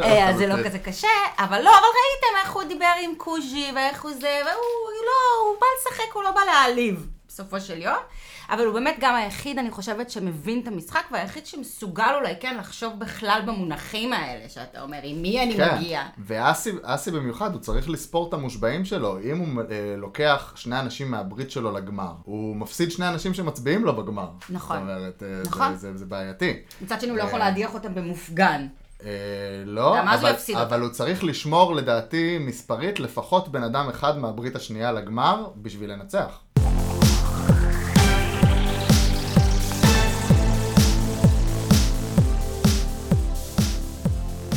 אה, אז זה לא כזה קשה, אבל לא, אבל ראיתם איך הוא דיבר עם קוז'י, ואיך הוא זה, והוא לא, הוא בא לשחק, הוא לא בא להעליב, בסופו של יום. אבל הוא באמת גם היחיד, אני חושבת, שמבין את המשחק, והיחיד שמסוגל אולי כן לחשוב בכלל במונחים האלה, שאתה אומר, עם מי אני כן. מגיע. ואסי אסי במיוחד, הוא צריך לספור את המושבעים שלו. אם הוא אה, לוקח שני אנשים מהברית שלו לגמר, הוא מפסיד שני אנשים שמצביעים לו בגמר. נכון. זאת אומרת, אה, נכון. זה, זה, זה בעייתי. מצד שני, הוא לא יכול להדיח אותם במופגן. אה, לא, גם אז הוא אבל, יפסיד אבל הוא צריך לשמור לדעתי מספרית לפחות בן אדם אחד מהברית השנייה לגמר בשביל לנצח.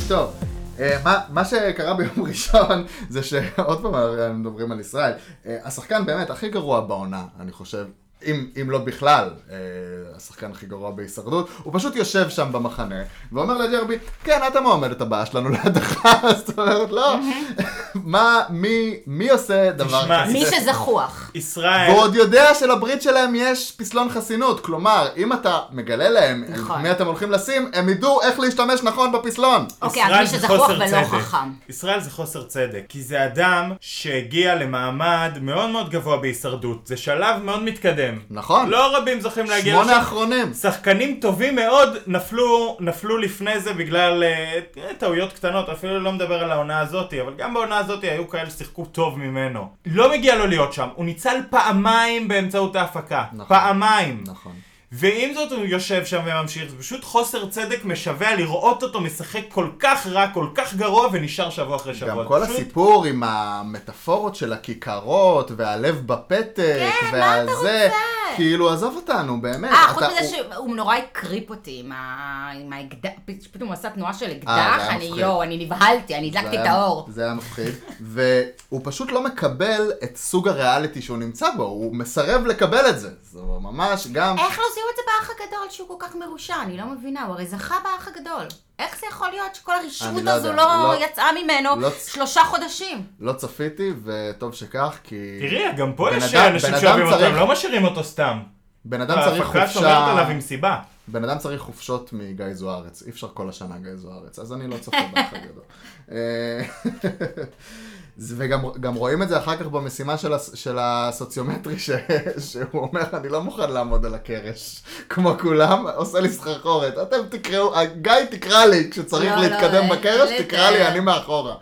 טוב, אה, מה, מה שקרה ביום ראשון זה שעוד פעם הרי מדברים על ישראל. אה, השחקן באמת הכי גרוע בעונה, אני חושב. אם, אם לא בכלל, אה, השחקן הכי גרוע בהישרדות, הוא פשוט יושב שם במחנה, ואומר לג'רבי, כן, את המועמדת הבאה שלנו להדחה, זאת אומרת, לא. מה, מי, מי עושה דבר תשמע, כזה? מי זה- שזחוח. ישראל, והוא עוד יודע שלברית שלהם יש פסלון חסינות, כלומר, אם אתה מגלה להם נכון. מי אתם הולכים לשים, הם ידעו איך להשתמש נכון בפסלון. אוקיי, אז מי שזחוח ולא חכם. ישראל זה חוסר צדק, כי זה אדם שהגיע למעמד מאוד מאוד גבוה בהישרדות, זה שלב מאוד מתקדם. נכון. לא רבים זוכים להגיע שמונה אחרונים. שחקנים טובים מאוד נפלו, נפלו לפני זה בגלל uh, טעויות קטנות, אפילו לא מדבר על העונה הזאת, אבל גם בעונה הזאת היו כאלה ששיחקו טוב ממנו. לא מגיע לו להיות שם, הוא ניצל פעמיים באמצעות ההפקה. נכון. פעמיים. נכון. ועם זאת הוא יושב שם וממשיך, זה פשוט חוסר צדק משווע לראות אותו משחק כל כך רע, כל כך גרוע, ונשאר שבוע אחרי שבוע. גם כל פשוט- הסיפור עם המטאפורות של הכיכרות, והלב בפתק, כן, מה אתה והזה, רוצה? כאילו, עזוב אותנו, באמת. אה, חוץ אתה- מזה הוא- שהוא נורא הקריפ אותי עם ה- עם האקדח, פתאום הוא עשה תנועה של אה, היה אקדח, אני מפחיד. יואו, אני נבהלתי, אני זה הדלקתי היה- את האור. זה היה מפחיד. והוא פשוט לא מקבל את סוג הריאליטי שהוא נמצא בו, הוא מסרב לקבל את זה. זה ממש גם... איך לא זיהו את זה באח הגדול שהוא כל כך מרושע? אני לא מבינה, הוא הרי זכה באח הגדול. איך זה יכול להיות שכל אני הרשעות לא הזו יודע, לא לא- יצאה ממנו לא- שלושה חודשים? לא צפיתי, וטוב שכך, כי... תראי, גם פה בן יש אדם- אנשים בן אדם שאוהבים אותו, צריך- הם לא משאירים אותו סתם. בן אדם צריך ההפקה שומרת לא, עליו חופשה... עם סיבה. בן אדם צריך חופשות מגיא זוארץ, אי אפשר כל השנה גיא זוארץ, אז אני לא צופה באח הגדול. אה, זה- וגם גם רואים את זה אחר כך במשימה של, הס, של הסוציומטרי, ש, שהוא אומר, אני לא מוכן לעמוד על הקרש, כמו כולם, עושה לי סחרחורת. אתם תקראו, גיא תקרא לי כשצריך לא, לא, להתקדם אין בקרש, לי תקרא לי, דרך. אני מאחורה.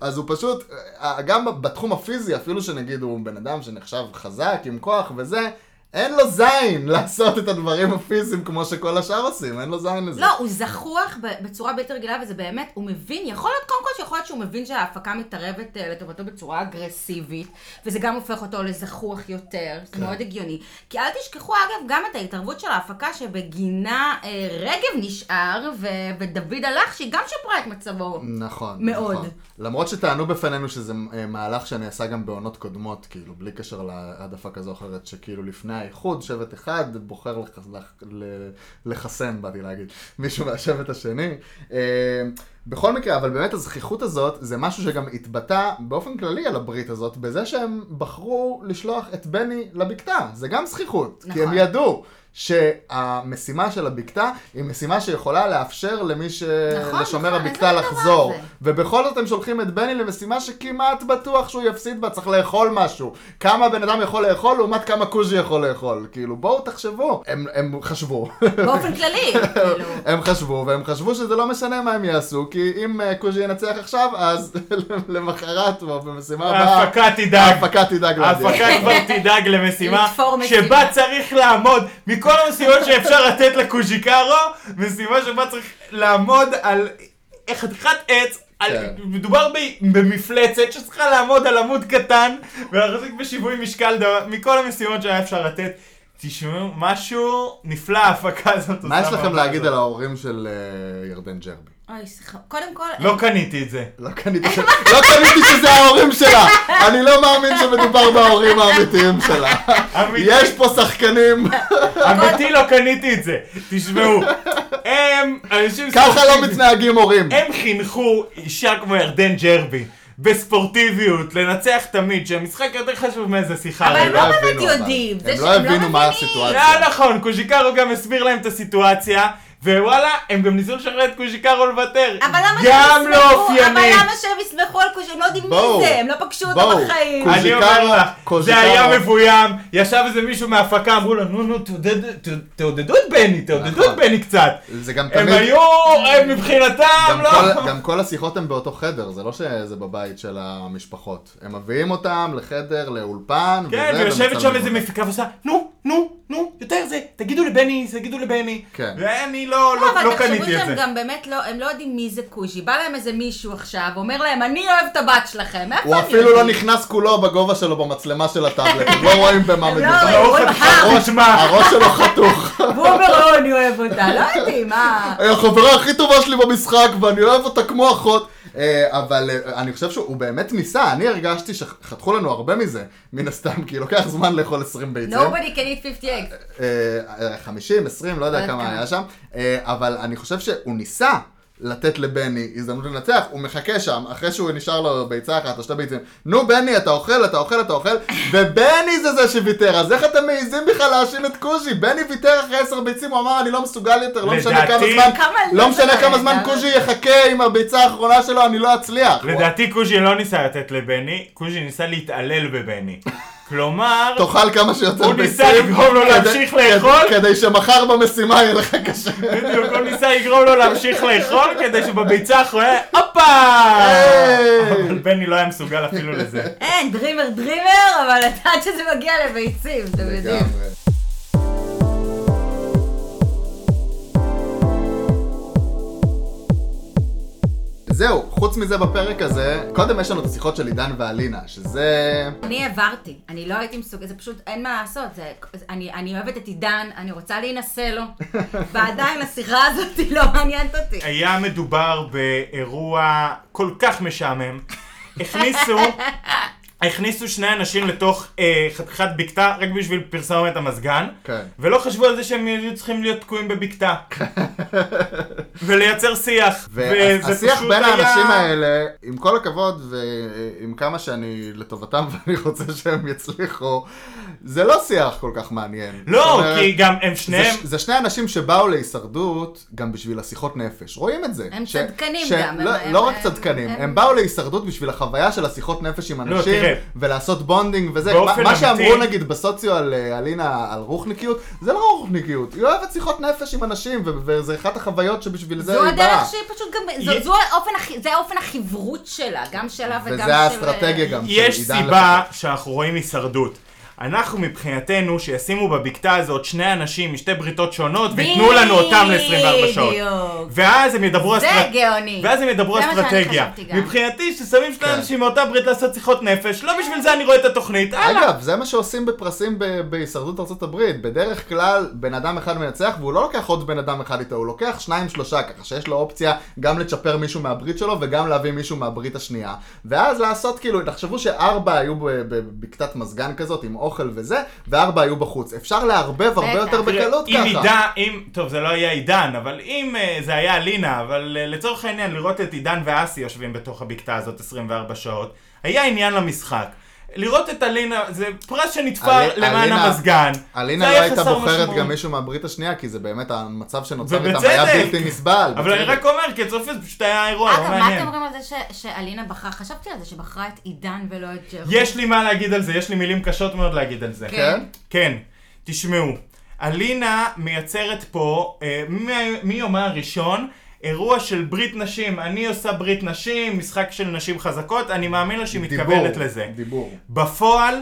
אז הוא פשוט, אה, גם בתחום הפיזי, אפילו שנגיד הוא בן אדם שנחשב חזק, עם כוח וזה, אין לו זין לעשות את הדברים הפיזיים כמו שכל השאר עושים, אין לו זין לזה. לא, הוא זחוח ב- בצורה בלתי רגילה, וזה באמת, הוא מבין, יכול להיות, קודם כל שיכול להיות שהוא מבין שההפקה מתערבת אה, לטובתו בצורה אגרסיבית, וזה גם הופך אותו לזחוח יותר, זה כן. מאוד הגיוני. כי אל תשכחו, אגב, גם את ההתערבות של ההפקה שבגינה אה, רגב נשאר, ו- ודוד הלך, שהיא גם שיפרה את מצבו. נכון. מאוד. נכון. למרות שטענו בפנינו שזה אה, מהלך שנעשה גם בעונות קודמות, כאילו, בלי קשר להעדפה כזו או אחרת, שכאילו לפני האיחוד, שבט אחד בוחר לח... לח... ל- לחסן, באתי להגיד, מישהו מהשבט השני. אה, בכל מקרה, אבל באמת הזכיחות הזאת, זה משהו שגם התבטא באופן כללי על הברית הזאת, בזה שהם בחרו לשלוח את בני לבקתה. זה גם זכיחות. כי הם נכון. ידעו. שהמשימה של הבקתה היא משימה שיכולה לאפשר למי ש... נכון, לשומר נכון, הבקתה איזה מין דבר לחזור. זה? ובכל זאת הם שולחים את בני למשימה שכמעט בטוח שהוא יפסיד בה, צריך לאכול משהו. כמה בן אדם יכול לאכול לעומת כמה קוז'י יכול לאכול. כאילו, בואו תחשבו. הם, הם חשבו. באופן כללי, כאילו. הם חשבו, והם חשבו שזה לא משנה מה הם יעשו, כי אם אה, קוז'י ינצח עכשיו, אז למחרת, או במשימה הבאה, ההפקה תדאג. ההפקה תדאג להדיח. ההפקה כבר תדאג למשימה לתפור משימה. שבה צריך לעמוד מכל המשימות שאפשר לתת לקוז'יקרו, משימה שבה צריך לעמוד על חתיכת עץ. על... כן. מדובר ב... במפלצת שצריכה לעמוד על עמוד קטן ולהחזיק בשיווי משקל דבר, מכל המשימות שהיה אפשר לתת. תשמעו, משהו נפלא ההפקה הזאת עושה. מה יש לכם בעונה להגיד הזאת. על ההורים של אה, ירדן ג'רבי? אוי, סליחה. קודם כל, לא קניתי את זה. לא קניתי ש- לא קניתי שזה ההורים שלה! אני לא מאמין שמדובר בהורים האמיתיים שלה. אמיתי. יש פה שחקנים, אמיתי לא קניתי את זה. תשמעו, הם אנשים ככה לא ספורטיביים. מתנהגים הורים. הם חינכו אישה כמו ירדן ג'רבי, בספורטיביות, לנצח תמיד, שהמשחק יותר חשוב מאיזה שיחה. אבל הם רגע. לא באמת הבינו, אבל. יודעים. זה הם שהם לא לא הבינו מה מבינים. הסיטואציה. לא נכון, קוז'יקרו גם הסביר להם את הסיטואציה, ווואלה, הם גם ניסו לשחרר את קוז'יקרו לוותר. אבל למה לא, גם שהם לא יסמכו- אופייני. אבל למה שהם יסמכו על קוז'י? הם לא יודעים בואו. מי זה, הם לא פגשו אותו בואו. בחיים. קוז'י- אני אומר קוז'יקרו- לך, זה קוז'יקרו. היה מבוים, ישב איזה מישהו מההפקה, אמרו לו, נו נו, תעודד- ת- תעודדו את בני, תעודדו את נכון. בני קצת. זה גם הם תמיד... היו, הם מבחינתם, גם לא. כל, גם כל השיחות הן באותו חדר, זה לא שזה בבית של המשפחות. הם מביאים אותם לחדר, לאולפן, כן, וזה, ויושבת שם ומצלמים איזה אותם. מפיקה ועושה, נו, נו, נו, יותר זה, תגידו לבני, תגידו לבני. כן. ואני לא, לא, לא, אבל לא תחשבו קניתי את שהם זה. גם באמת לא, הם לא יודעים מי זה קוז'י. בא להם איזה מישהו עכשיו, אומר להם, אני אוהב את הבת שלכם. מאיפה הוא הם אפילו לא יודעים? נכנס כולו בגובה שלו במצלמה של הטאבלט, הם לא רואים במה הם לא מדובר. רואים. לא, אה. חתיכת תשמע, הראש שלו חתוך. והוא אומר, "או, אני אוהב אותה. לא יודעים, מה... היא החברה הכי טובה שלי במשחק, ואני אוהב אותה כמו אחות. אה, אבל אה, אני חושב שהוא באמת ניסה, אני הרגשתי שחתכו לנו הרבה מזה, מן הסתם, כי לוקח זמן לאכול 20 ביצים. nobody can eat 50 eggs. אה, 50, 20, לא יודע לא כמה יודעת היה שם, אה, אבל אני חושב שהוא ניסה לתת לבני הזדמנות לנצח, הוא מחכה שם, אחרי שהוא נשאר לו ביצה אחת או שתי ביצים, נו בני, אתה אוכל, אתה אוכל, אתה אוכל, ובני זה זה שוויתר, אז איך אתם מעיזים בכלל להאשים את קוז'י? בני ויתר אחרי 10 ביצים, הוא אמר, אני לא מסוגל יותר, לא משנה לדעתי- כמה זמן, כמה לא לא משנה זה כמה היה, זמן אבל- קוז'י יחכה עם הביצה האחרונה שלו, אני לא אצליח. לדעתי קוז'י לא ניסה לתת לבני, קוז'י ניסה להתעלל בבני. כלומר, תאכל כמה שיותר הוא ביצים, ניסה לגרום לו כדי- להמשיך כדי- לאכול? כדי שמחר במשימה יהיה לך קשה. בדיוק, הוא לא ניסה לגרום לו להמשיך לאכול כדי שבביצה האחרונה, הופה! היי. אבל בני לא היה מסוגל אפילו לזה. אין, דרימר דרימר, אבל לדעת שזה מגיע לביצים, אתם יודעים. לגמרי. זהו, חוץ מזה בפרק הזה, קודם יש לנו את השיחות של עידן ואלינה, שזה... אני העברתי, אני לא הייתי מסוגלת, זה פשוט, אין מה לעשות, זה, אני, אני אוהבת את עידן, אני רוצה להינשא לו, ועדיין השיחה הזאת היא לא מעניינת אותי. היה מדובר באירוע כל כך משעמם. הכניסו, הכניסו שני אנשים לתוך אה, חתיכת בקתה רק בשביל פרסומת המזגן, כן. ולא חשבו על זה שהם היו צריכים להיות תקועים בבקתה. ולייצר שיח. והשיח בין היה- האנשים האלה, עם כל הכבוד ועם כמה שאני לטובתם ואני רוצה שהם יצליחו, זה לא שיח כל כך מעניין. זאת לא, אומרת, כי גם הם שניהם... זה, זה שני אנשים שבאו להישרדות גם בשביל השיחות נפש, רואים את זה. הם צדקנים גם, לא, הם- לא הם- רק צדקנים, הם, הם- באו להישרדות בשביל החוויה של השיחות נפש עם לא, אנשים, תראה. ולעשות בונדינג וזה. באופן מה, מה שאמרו אמיתי- נגיד בסוציו על אה, אלינה, על רוחניקיות, זה לא רוחניקיות, היא אוהבת שיחות נפש עם אנשים, ו- וזה אחת החוויות שבשביל זה זו היא באה. הדרך שהיא פשוט גם, י- זו, זו האופן, הכי- זה האופן החברות שלה, גם שלה וגם של... אה, וזה האסטרטגיה גם של יש עידן סיבה שאנחנו רואים הישרדות. אנחנו מבחינתנו שישימו בבקתה הזאת שני אנשים משתי בריתות שונות ויתנו לנו אותם ל-24 שעות. בדיוק. ואז הם ידברו זה אסטרט- גאוני. ואז הם ידברו זה מה שאני אסטרטגיה. חשבתי גם. כן. מבחינתי ששמים שני כן. אנשים מאותה ברית לעשות שיחות נפש, לא בשביל זה אני רואה את התוכנית. הלאה. אגב, זה מה שעושים בפרסים ב- בהישרדות ארצות הברית. בדרך כלל, בן אדם אחד מנצח, והוא לא לוקח עוד בן אדם אחד איתו, הוא לוקח שניים שלושה, ככה שיש לו אופציה גם לצ'פר מישהו מהברית שלו, וגם להביא מישהו מהברית השנייה. ואז לעשות כאילו, תחשבו שארבע היו ב- בבקתת מזגן כזאת, עם אוכל וזה, וארבע היו בחוץ. אפשר לערבב הרבה בטח. יותר בקלות אם ככה. עידן, אם, טוב זה לא היה עידן, אבל אם אה, זה היה לינה, אבל אה, לצורך העניין לראות את עידן ואסי יושבים בתוך הבקתה הזאת 24 שעות, היה עניין למשחק. לראות את אלינה, זה פרס שנתפר אל- למען אלינה- המזגן. אלינה זה לא היה הייתה חסר בוחרת משמעות. גם מישהו מהברית השנייה, כי זה באמת המצב שנוצר איתם ובצדק. היה בלתי נסבל. אבל אני בצדק. רק אומר, כצופה זה פשוט היה אירוע, לא אגב, מה מעניין. אתם אומרים על זה ש- שאלינה בחרה, חשבתי על זה שבחרה את עידן ולא את ג'רו. יש לי מה להגיד על זה, יש לי מילים קשות מאוד להגיד על זה. כן? כן, תשמעו, אלינה מייצרת פה אה, מי- מיומה הראשון אירוע של ברית נשים, אני עושה ברית נשים, משחק של נשים חזקות, אני מאמין לה שהיא דיבור, מתכוונת לזה. דיבור. בפועל,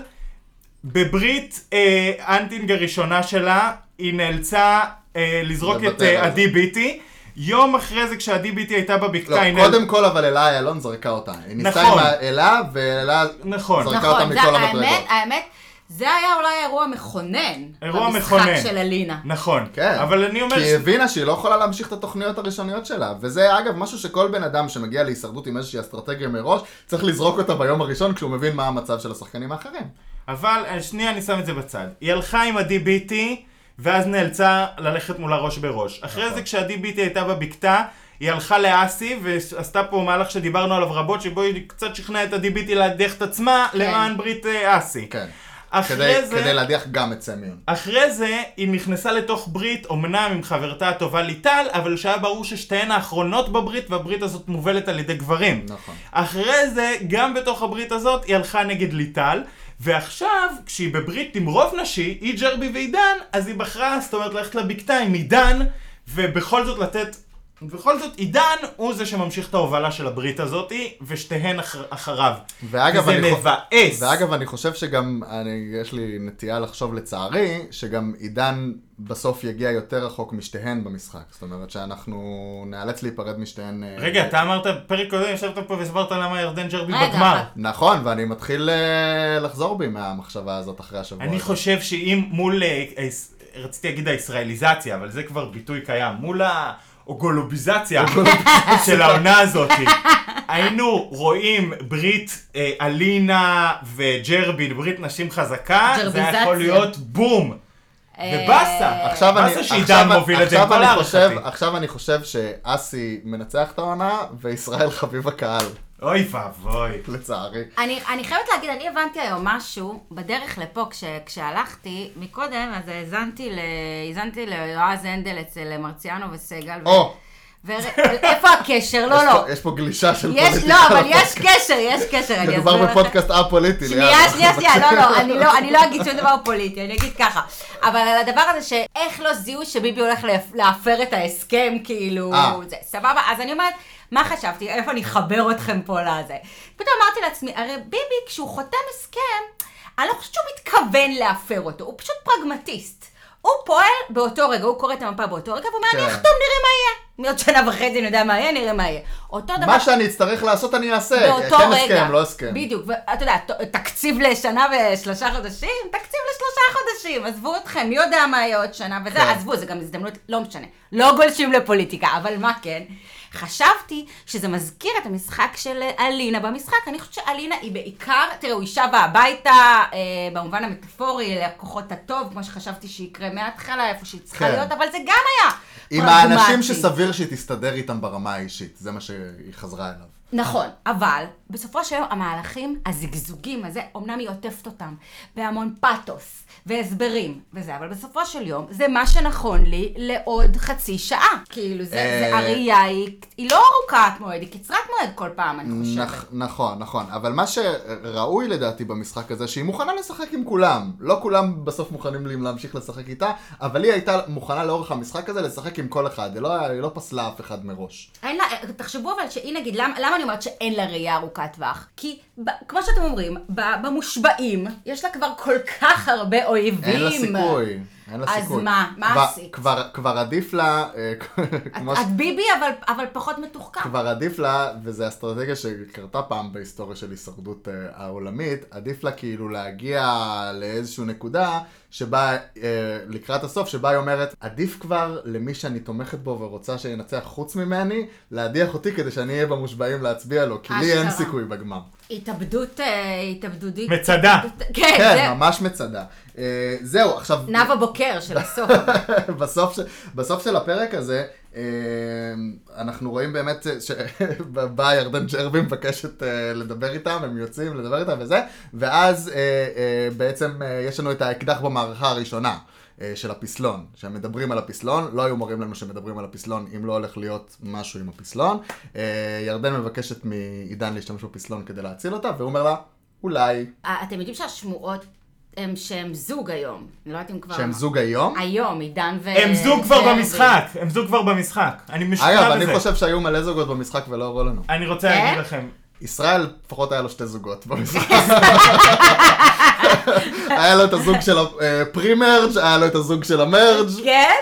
בברית אה, אנטינג הראשונה שלה, היא נאלצה אה, לזרוק את לוותר אה, על זה. עדי ביטי. יום אחרי זה כשעדי ביטי הייתה בבקתה, לא, היא נאל- קודם כל אבל אלה איילון זרקה אותה. היא ניסתה נכון. עם אלה, ואלה נכון. זרקה נכון, אותה זה- מכל האמת, המדרגות. האמת, זה היה אולי האירוע המכונן. אירוע במשחק מכונן. של אלינה. נכון. כן. אבל אני אומר... כי ש- היא הבינה שהיא לא יכולה להמשיך את התוכניות הראשוניות שלה. וזה אגב משהו שכל בן אדם שמגיע להישרדות עם איזושהי אסטרטגיה מראש, צריך לזרוק אותה ביום הראשון כשהוא מבין מה המצב של השחקנים האחרים. אבל אה, שנייה אני שם את זה בצד. היא הלכה עם עדי ביטי, ואז נאלצה ללכת מולה ראש בראש. נכון. אחרי זה כשעדי ביטי הייתה בבקתה, היא הלכה לאסי, ועשתה פה מהלך שדיברנו עליו רבות, שבו היא קצת שכנעה את עדי ביטי להדיח את עצמה למען ברית אה, אסי. כן. אחרי כדי, זה... כדי להדיח גם את סמיון. אחרי זה, היא נכנסה לתוך ברית, אמנם עם חברתה הטובה ליטל, אבל שהיה ברור ששתיהן האחרונות בברית, והברית הזאת מובלת על ידי גברים. נכון. אחרי זה, גם בתוך הברית הזאת, היא הלכה נגד ליטל, ועכשיו, כשהיא בברית עם רוב נשי, היא ג'רבי ועידן, אז היא בחרה, זאת אומרת, ללכת לבקתה עם עידן, ובכל זאת לתת... ובכל זאת, עידן הוא זה שממשיך את ההובלה של הברית הזאת, ושתיהן אח... אחריו. ואגב, זה אני חו- מבאס. ואגב, אני חושב שגם, אני, יש לי נטייה לחשוב לצערי, שגם עידן בסוף יגיע יותר רחוק משתיהן במשחק. זאת אומרת שאנחנו נאלץ להיפרד משתיהן. אה, רגע, אתה אמרת פרק קודם, ישבת פה והסברת למה ירדן ג'רבי רגע, בגמר. אבל- נכון, ואני מתחיל אה, לחזור בי מהמחשבה הזאת אחרי השבוע. אני הזה. חושב שאם מול, אה, היס- רציתי להגיד הישראליזציה, אבל זה כבר ביטוי קיים, מול האוגולוביזציה של העונה הזאת, היינו רואים ברית אה, אלינה וג'רבי, ברית נשים חזקה, זה היה יכול ג'רביזציה. להיות בום. אה, ובאסה. עכשיו מה אני, זה עכשיו, שעידן מוביל את זה עם עכשיו כל אני חושב, הערכתי? עכשיו אני חושב שאסי מנצח את העונה, וישראל חביב הקהל, אוי ואבוי. לצערי. אני, אני חייבת להגיד, אני הבנתי היום משהו בדרך לפה, כש, כשהלכתי מקודם, אז האזנתי, ל, האזנתי ליועז הנדל אצל מרציאנו וסגל. ו- או, ו- איפה הקשר? לא, יש לא. פה- יש פה גלישה של יש, פוליטיקה לא, אבל יש לפודקאסט. קשר, יש קשר. אני מדובר אסביר לך. בפודקאסט א-פוליטי. שנייה, ליאל. שנייה, שנייה, לא, לא, אני לא, אני לא אגיד שום דבר פוליטי, אני אגיד ככה. אבל על הדבר הזה שאיך לא זיהו שביבי הולך להפ- להפר את ההסכם, כאילו, אה. זה, סבבה? אז אני אומרת, מה חשבתי, איפה אני אחבר אתכם פה לזה? פתאום אמרתי לעצמי, הרי ביבי, כשהוא חותם הסכם, אני לא חושבת שהוא מתכוון להפר אותו, הוא פשוט פרגמטיסט. הוא פועל באותו רגע, הוא קורא את המפה באותו רגע, והוא אומר, אני כן. אחתום, נראה מה יהיה. מעוד שנה וחצי נדע מה יהיה, נראה מה יהיה. אותו דבר... מה שאני אצטרך לעשות אני אעשה. באותו כן רגע. הסכם, לא הסכם. בדיוק, ואתה יודע, ת- תקציב לשנה ושלושה חודשים? תקציב לשלושה חודשים, עזבו אתכם, מי יודע מה יהיה עוד שנה, וזה, כן. עזבו, זה גם הזדמנות, לא משנה. לא גולשים לפוליטיקה, אבל מה כן? חשבתי שזה מזכיר את המשחק של אה, אלינה במשחק. אני חושבת שאלינה היא בעיקר, תראו, אישה באה הביתה, אה, במובן המטאפורי, לכוחות הטוב, כמו שחשבתי שיקרה מההתחלה, איפה שהיא צריכה כן. להיות, אבל זה גם היה עם האנשים פרגמטי. שסביר שהיא תסתדר איתם ברמה האישית, זה מה שהיא חזרה אליו. נכון, אבל בסופו של יום המהלכים, הזיגזוגים הזה, אמנם היא עוטפת אותם בהמון פאתוס והסברים וזה, אבל בסופו של יום זה מה שנכון לי לעוד חצי שעה. כאילו, זה, זה אה. הראייה היא, היא לא ארוכת מועד, היא קצרת מועד כל פעם, אני נכ- חושבת. נכון, נכון, אבל מה שראוי לדעתי במשחק הזה, שהיא מוכנה לשחק עם כולם. לא כולם בסוף מוכנים לי להמשיך לשחק איתה, אבל היא הייתה מוכנה לאורך המשחק הזה לשחק עם כל אחד, היא לא, היא לא פסלה אף אחד מראש. אין לה, תחשבו אבל שהיא נגיד, למה, למה אני אומרת שאין לה ראייה ארוכת טווח? כי ב, כמו שאתם אומרים, ב, במושבעים, יש לה כבר כל כך הרבה אויבים. אין לה סיכוי, אין לה אז סיכוי. מה? מה כבר- עשית? כבר, כבר עדיף לה, אה, כמו ש... את ביבי, אבל, אבל פחות מתוחכם. כבר עדיף לה, וזו אסטרטגיה שקרתה פעם בהיסטוריה של הישרדות אה, העולמית, עדיף לה כאילו להגיע לאיזושהי נקודה שבה, אה, לקראת הסוף, שבה היא אומרת, עדיף כבר למי שאני תומכת בו ורוצה שינצח חוץ ממני, להדיח אותי כדי שאני אהיה במושבעים להצביע לו, כי לי אין אשכרה. סיכוי בגמר. התאבדות, אה, התאבדודית. מצדה. כן, כן, זה ממש מצדה. אה, זהו, עכשיו... נאוה בוקר של הסוף. בסוף, ש- בסוף של הפרק הזה, אה, אנחנו רואים באמת שבא ירדן ג'רבי מבקשת אה, לדבר איתם, הם יוצאים לדבר איתם וזה, ואז אה, אה, בעצם אה, יש לנו את האקדח במערכה הראשונה. אה, של הפסלון, שהם מדברים על הפסלון, לא היו מראים לנו שמדברים על הפסלון אם לא הולך להיות משהו עם הפסלון. אה, ירדן מבקשת מעידן להשתמש בפסלון כדי להציל אותה, והוא אומר לה, אולי. אה, אתם יודעים שהשמועות הם שהם זוג היום. אני לא יודעת אם כבר... שהם זוג היום? היום, עידן ו... הם זוג כבר ורדי. במשחק, הם זוג כבר במשחק. אני אגב, משוכנע אני בזה. חושב שהיו מלא זוגות במשחק ולא הראו לנו. אני רוצה כן? להגיד לכם, ישראל, לפחות היה לו שתי זוגות במשחק. היה לו את הזוג של הפרימרג', היה לו את הזוג של המרג', כן,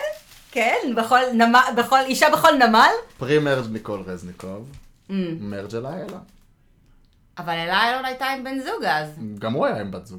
כן, בכל נמל, בכל, אישה בכל נמל. פרימרג' ניקול רזניקוב, Mm. מרג' אלה אלה. אבל אלה אלון הייתה עם בן זוג אז. גם הוא היה עם בת זוג,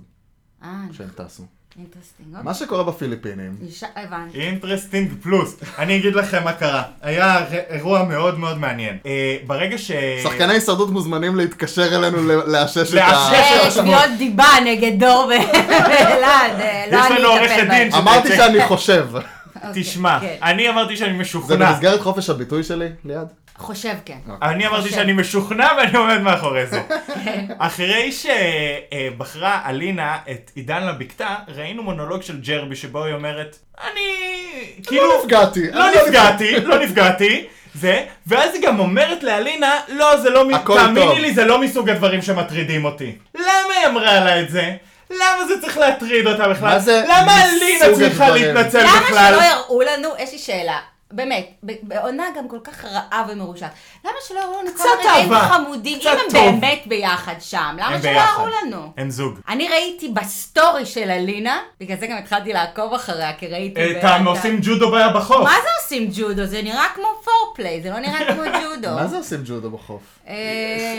אה, שהם טסו. אינטרסטינג. אוקיי, מה שקורה בפיליפינים, אישה, אה, הבנתי. אינטרסטינג פלוס. אני אגיד לכם מה קרה. היה ר- אירוע מאוד מאוד מעניין. אה, ברגע ש... שחקני הישרדות מוזמנים להתקשר אלינו ל- לאשש את לאשש. ה... יש אה, לנו- תביעות דיבה נגד דור ו- ואלעד, אה, לא אני אטפל בהם. יש לנו עורכת דין ש- אמרתי שאני חושב. אוקיי, תשמע, כן. אני אמרתי שאני זה משוכנע. במסגרת חופש הביטוי שלי, ליעד? חושב כן. כן. אני אמרתי שאני משוכנע ואני עומד מאחורי זה. אחרי שבחרה אלינה את עידן לבקתה, ראינו מונולוג של ג'רבי שבו היא אומרת, אני... כאילו... לא נפגעתי. לא נפגעתי, לא נפגעתי. זה, ואז היא גם אומרת לאלינה, לא, זה לא, מ- הכל תאמיני טוב." לי, זה לא מסוג הדברים שמטרידים אותי. למה היא אמרה לה את זה? למה זה צריך להטריד אותה בכלל? מה זה למה מסוג אלינה צריכה הדברים? להתנצל למה בכלל? שלא יראו לנו, יש לי שאלה, באמת, ב- בעונה גם כל כך רעה ומרושעת, למה שלא יראו לנו כל קצת הרגעים אהבה, חמודים, קצת אם הם טוב. באמת ביחד שם, למה הם שלא ביחד. יראו לנו? הם זוג. אני ראיתי בסטורי של אלינה, בגלל זה גם התחלתי לעקוב אחריה, כי ראיתי... את ב- ה- עושים ג'ודו בעיה בחוף. מה זה עושים ג'ודו? זה נראה כמו פורפליי, זה לא נראה כמו ג'ודו. מה זה עושים ג'ודו בחוף? אה,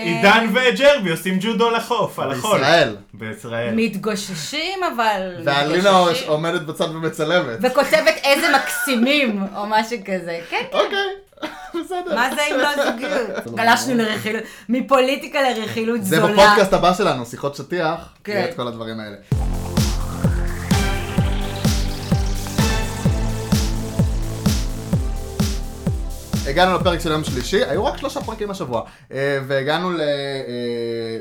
עידן וג'רבי עושים ג'ודו לחוף, על החול. בישראל. בישראל. מתגוששים, אבל... ואלינה מתגוששים. עומדת בצד ומצלמת. וכותבת איזה מקסימים, או משהו כזה. כן, אוקיי, בסדר. מה זה אם לא זוגיות? גלשנו לרכילות, מפוליטיקה לרכילות זה זולה. בפודקאסט הבא שלנו, שיחות שטיח, כן. יהיה את כל הדברים האלה. הגענו לפרק של יום שלישי, היו רק שלושה פרקים השבוע, אה, והגענו ל- אה,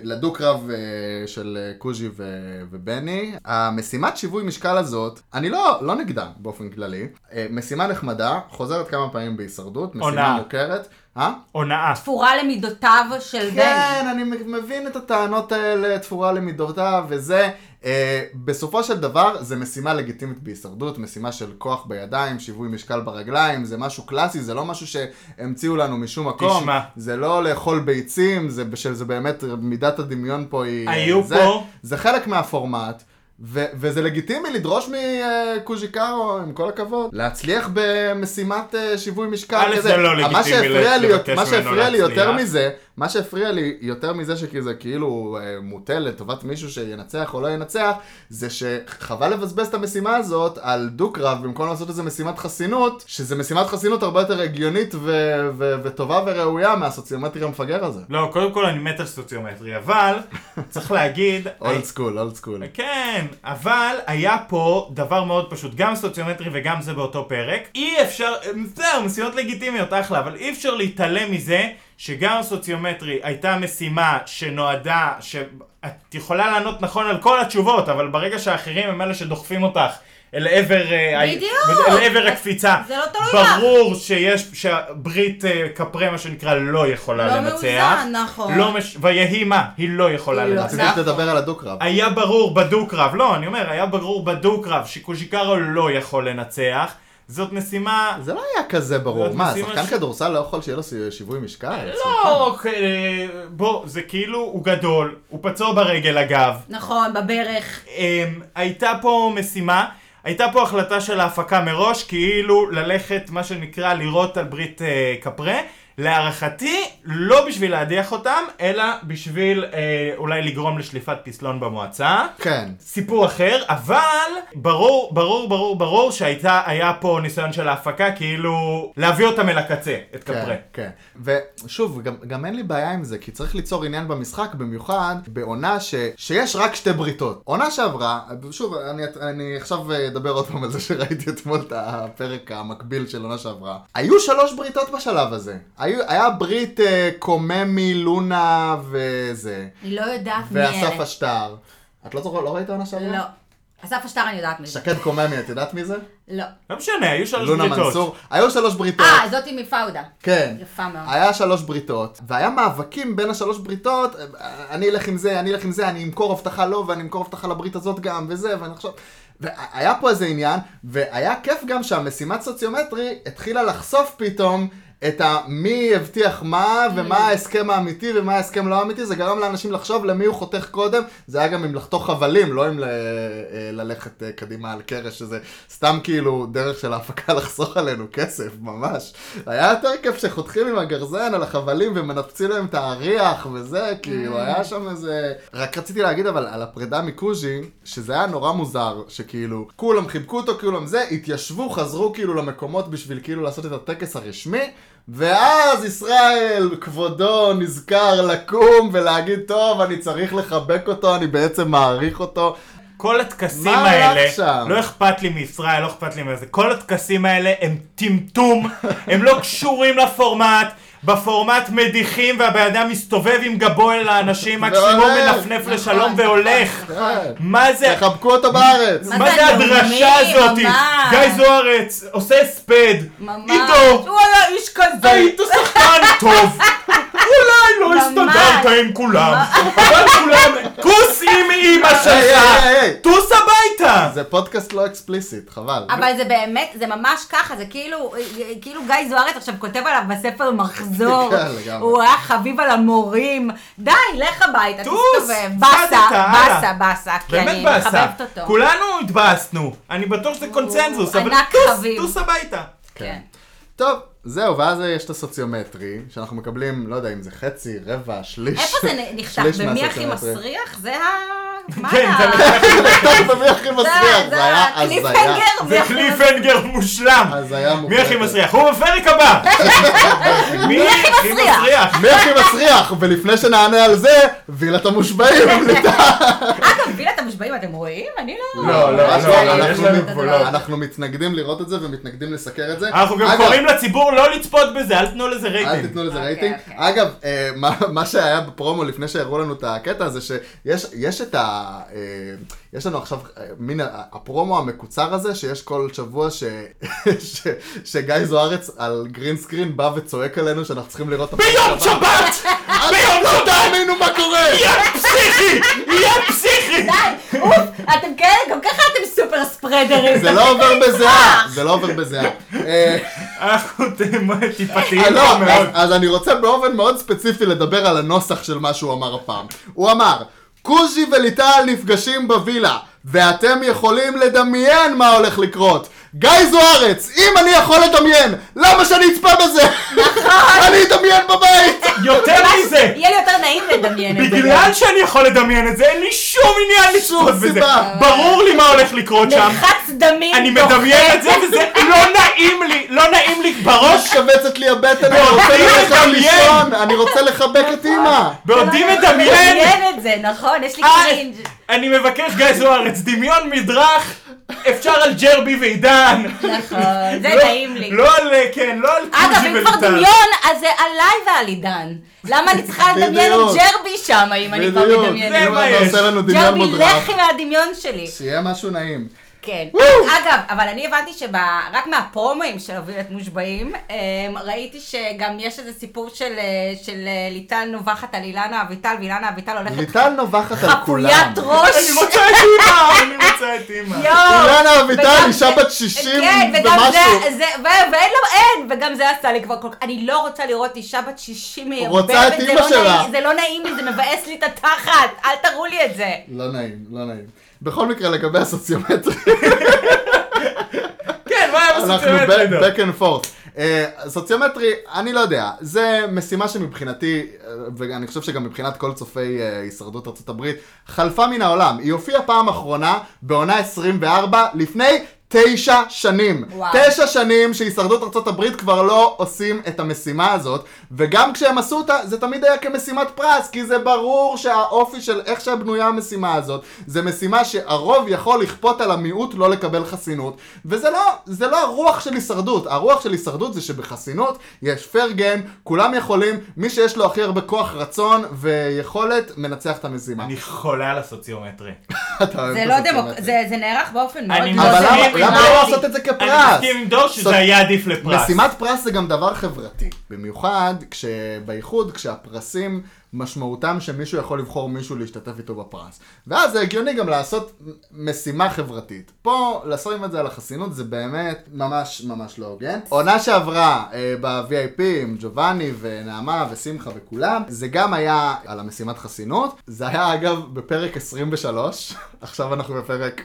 לדו-קרב אה, של אה, קוז'י ו- ובני. המשימת שיווי משקל הזאת, אני לא, לא נגדה באופן כללי, אה, משימה נחמדה, חוזרת כמה פעמים בהישרדות, משימה הונאה. מוכרת. אה? הונאה. תפורה למידותיו של בן. כן, אני מבין את הטענות האלה, תפורה למידותיו וזה. אה, בסופו של דבר, זה משימה לגיטימית בהישרדות, משימה של כוח בידיים, שיווי משקל ברגליים, זה משהו קלאסי, זה לא משהו שהמציאו לנו משום מקום. תשמע. זה לא לאכול ביצים, זה, שזה באמת, מידת הדמיון פה היא... אה, היו זה, פה- זה חלק מהפורמט. ו- וזה לגיטימי לדרוש מקוז'יקרו, עם כל הכבוד, להצליח במשימת אה, שיווי משקל א', כזה. זה לא אבל לגיטימי מה שהפריע לי- לבקש מה ממנו שהפריע לי יותר להצליח. מזה... זה, מה שהפריע לי יותר מזה שזה כאילו אה, מוטה לטובת מישהו שינצח או לא ינצח, זה שחבל לבזבז את המשימה הזאת על דו-קרב במקום לעשות איזה משימת חסינות, שזה משימת חסינות הרבה יותר הגיונית ו- ו- וטובה וראויה מהסוציומטרי המפגר הזה. לא, קודם כל אני מת על סוציומטרי, אבל צריך להגיד... אולד סקול, אולד סקול. כן, אבל היה פה דבר מאוד פשוט, גם סוציומטרי וגם זה באותו פרק. אי אפשר, בסדר, משימות לגיטימיות, אחלה, אבל אי אפשר להתעלם מזה שגם סוציומטרי הייתה משימה שנועדה, שאת יכולה לענות נכון על כל התשובות, אבל ברגע שהאחרים הם אלה שדוחפים אותך. אל עבר, אה, בדיוק. ה- אל עבר הקפיצה. זה לא תלוי בך. ברור שיש, שהברית אה, קפרה, מה שנקרא, לא יכולה לא לנצח. מאוזן, נכון. לא מש... ויהי מה, היא לא יכולה היא לא. לנצח. רציתי שתדבר על הדו-קרב. היה ברור בדו-קרב, לא, אני אומר, היה ברור בדו-קרב שקוז'יקרו לא יכול לנצח. זאת משימה... זה לא היה כזה ברור. זאת מה, משימה שחקן ש- כדורסל לא יכול שיהיה לו שי- שיווי משקל? לא, אוקיי, בוא, זה כאילו, הוא גדול, הוא פצוע ברגל אגב. נכון, בברך. אמ, הייתה פה משימה, הייתה פה החלטה של ההפקה מראש, כאילו ללכת, מה שנקרא, לירות על ברית אה, קפרה. להערכתי, לא בשביל להדיח אותם, אלא בשביל אה, אולי לגרום לשליפת פסלון במועצה. כן. סיפור אחר, אבל ברור, ברור, ברור, ברור שהיה פה ניסיון של ההפקה, כאילו, להביא אותם אל הקצה, את קפרה. כן, כן. ושוב, גם, גם אין לי בעיה עם זה, כי צריך ליצור עניין במשחק, במיוחד בעונה ש, שיש רק שתי בריתות. עונה שעברה, שוב, אני, אני עכשיו אדבר עוד פעם על זה שראיתי אתמול את הפרק המקביל של עונה שעברה. היו שלוש בריתות בשלב הזה. היו, היה ברית אה, קוממי, לונה וזה, היא לא יודעת מי אלה. ואסף השטר. את לא זוכרת, לא ראית עונה שעברה? לא. אסף השטר אני יודעת מי זה. שקד קוממי, את יודעת מי זה? לא. לא משנה, היו שלוש לונה בריתות. מנסור. היו שלוש בריתות. אה, זאתי מפאודה. לא. כן. יפה מאוד. היה שלוש בריתות, והיה מאבקים בין השלוש בריתות, אני אלך עם זה, אני אלך עם זה, אני אמכור הבטחה לו, ואני אמכור הבטחה לברית הזאת גם, וזה, ואני עכשיו... והיה פה איזה עניין, והיה כיף גם שהמשימת סוציומטרי התחילה לחשוף פתאום את ה... מי הבטיח מה, Mm. ומה ההסכם האמיתי ומה ההסכם לא האמיתי, זה גרם לאנשים לחשוב למי הוא חותך קודם, זה היה גם עם לחתוך חבלים, לא עם ל... אה, ללכת אה, קדימה על קרש, שזה סתם כאילו דרך של ההפקה לחסוך עלינו כסף, ממש. היה יותר כיף שחותכים עם הגרזן על החבלים ומנפצים להם את האריח וזה, Mm. כאילו, היה שם איזה... רק רציתי להגיד אבל על הפרידה מקוז'י, שזה היה נורא מוזר, שכאילו, כולם חיבקו אותו, כולם זה, התיישבו, חזרו כאילו למקומות בשביל כאילו לעשות את הטקס הרשמי, ואז ישראל, כבודו, נזכר לקום ולהגיד, טוב, אני צריך לחבק אותו, אני בעצם מעריך אותו. כל הטקסים מה הלך האלה, שם? לא אכפת לי מישראל, לא אכפת לי מזה, כל הטקסים האלה הם טמטום, הם לא קשורים לפורמט. בפורמט מדיחים והבן אדם מסתובב עם גבו אל האנשים, מקסימום והולך. מנפנף לשלום נכון, והולך. כן. מה זה תחבקו אותו בארץ. מה מה זה זה הדרשה הנאומים? הזאת? ממש. גיא זוארץ עושה הספד. ממש. עידו, הוא היה איש כזה. היית שחקן טוב. אולי לא ממש. הסתדרת עם כולם, אבל כולם, כוס עם אמא היי, שלך, היי, היי. טוס הביתה. זה פודקאסט לא אקספליסיט, חבל. אבל זה באמת, זה ממש ככה, זה כאילו, כאילו גיא זוארץ עכשיו כותב עליו בספר מחזור. כן, לגמרי. הוא היה חביב על המורים. די, לך הביתה, טוס, תסתובב. צדת, באסה, הלאה. באסה, באסה, כי באמת אני באסה. מחבבת אותו. כולנו התבאסנו. אני בטוח שזה קונצנזוס, אבל ענק טוס, חביב. טוס הביתה. כן. טוב, זהו, ואז יש את הסוציומטרי, שאנחנו מקבלים, לא יודע אם זה חצי, רבע, שליש. איפה זה נחתך? שליש במי הכי מהסוציומטרי. מסריח? זה ה... מה כן, ה- זה טוב, במי הכי מסריח? זה היה הזיה. הקליפהנגר, מי זה הכי קליפנגר מושלם. הזיה מי מוחלטת. הכי מסריח? הוא בפרק הבא. מי אוקיי. הכי מסריח? מי הכי מסריח? ולפני שנענה על זה, וילת המושבעים. אגב, וילת המושבעים, אתם רואים? אני לא... לא, לא, ממש לא, לא, ראיתי יש את אנחנו- לנו הדבר גבולות. הזה. אנחנו מתנגדים לראות את זה ומתנגדים לסקר את זה. אנחנו גם אגב, קוראים לציבור לא לצפות בזה, אל תתנו לזה אל רייטינג. תיתנו לזה אוקיי, רייטינג. אוקיי. אגב, אה, מה- מה שהיה בפרומו לפני שהראו לנו את הקטע הזה, שיש יש את ה... אה, יש לנו עכשיו אה, מין ה- הפרומו המקוצר הזה, שיש כל שבוע ש- ש- שגיא זוארץ על גרין סקרין בא וצועק עלינו שאנחנו צריכים לראות את הפרק ביום הבא. שבת! אתם לא תאמינו מה קורה! יא פסיכי! יא פסיכי! די, אוף, אתם כאלה, גם ככה אתם סופר ספרדרים. זה לא עובר בזיעה, זה לא עובר בזיעה. אה, אנחנו אה, טיפתיים לא, פה מאוד. אז- אז אני רוצה באופן מאוד ספציפי לדבר על הנוסח של מה שהוא אמר הפעם. הוא אמר, קוז'י וליטל נפגשים בווילה, ואתם יכולים לדמיין מה הולך לקרות. גיא זוארץ, אם אני יכול לדמיין, למה שאני אצפה בזה? נכון. אני אדמיין בבית! אה, יותר מזה! יהיה לי יותר נעים לדמיין את זה. בגלל שאני יכול לדמיין את זה, אין לי שום עניין שום לצפות בזה. סיבה. ברור לי מה הולך לקרות שם. מרחץ דמים. אני דוחה. מדמיין את זה וזה לא נעים לי, לא נעים לי בראש. משכווצת לי הבטן, אני רוצה אני ללכת מדמיין. לישון, אני רוצה לחבק את אימא. לא, בעודי מדמיין, מדמיין את זה, נכון, יש לי אה, קרינג'. אני מבקש גיא זוארץ, דמיון מדרך, אפשר על ג'רבי ועידן. נכון, זה לא- נעים לי. לא על, אה, כן, לא על אגב, קוז'י אם כבר וליטל. דמיון, אז זה עליי ועל עידן. למה אני צריכה לדמיין את בדיוק. ג'רבי שם, אם אני כבר בדיוק, מדמיינת? אם מה אתה יש. עושה לנו דמיון ג'רבי, מודרך. לכי מהדמיון שלי. שיהיה משהו נעים. כן. וואו. אגב, אבל אני הבנתי שרק מהפרומואים של הובילת מושבעים, אמ, ראיתי שגם יש איזה סיפור של, אה, של אה, ליטל נובחת על אילנה אביטל, ואילנה אביטל הולכת ליטל נובחת על כולם. לא חפוית ראש. אני מוצא את אימא, אני מוצא את אימא. יואו. אילנה אביטל, וגם אישה זה- בת 60 כן, וגם ומשהו. זה, זה, ו- ואין לו, אין, וגם זה עשה לי כבר כל כך, אני לא רוצה לראות אישה בת 60 מערבבת, רוצה את זה אימא לא שלה. נעים- זה לא נעים לי, זה מבאס לי את התחת, אל תראו לי את זה. לא נעים, לא נעים. בכל מקרה, לגבי הסוציומטרי, כן, מה היה אנחנו בסוציאל ב- back and forth. אה, סוציומטרי, אני לא יודע, זה משימה שמבחינתי, אה, ואני חושב שגם מבחינת כל צופי אה, הישרדות ארצות הברית, חלפה מן העולם. היא הופיעה פעם אחרונה בעונה 24 לפני תשע שנים. וואו. תשע שנים שהישרדות ארה"ב כבר לא עושים את המשימה הזאת, וגם כשהם עשו אותה, זה תמיד היה כמשימת פרס, כי זה ברור שהאופי של איך שבנויה המשימה הזאת, זה משימה שהרוב יכול לכפות על המיעוט לא לקבל חסינות, וזה לא, זה לא הרוח של הישרדות. הרוח של הישרדות זה שבחסינות יש פייר גיים, כולם יכולים, מי שיש לו הכי הרבה כוח רצון ויכולת, מנצח את המשימה. אני חולה על הסוציומטרי. אתה אוהב זה את לא הסוציומטרי. דמוק... זה זה נערך באופן מאוד אני לא אבל למה- מסכים עם למה דמוקרטי. לא דור. לעשות את זה כפרס? אני מסכים עם דור סוג- שזה היה עדיף לפרס. משימת פרס זה גם דבר חברתי, במיוחד כשבייחוד כשהפרסים משמעותם שמישהו יכול לבחור מישהו להשתתף איתו בפרס. ואז זה הגיוני גם לעשות משימה חברתית. פה לשים את זה על החסינות זה באמת ממש ממש לא הוגן. עונה שעברה אה, ב-VIP עם ג'ובאני ונעמה ושמחה וכולם, זה גם היה על המשימת חסינות. זה היה אגב בפרק 23, עכשיו אנחנו בפרק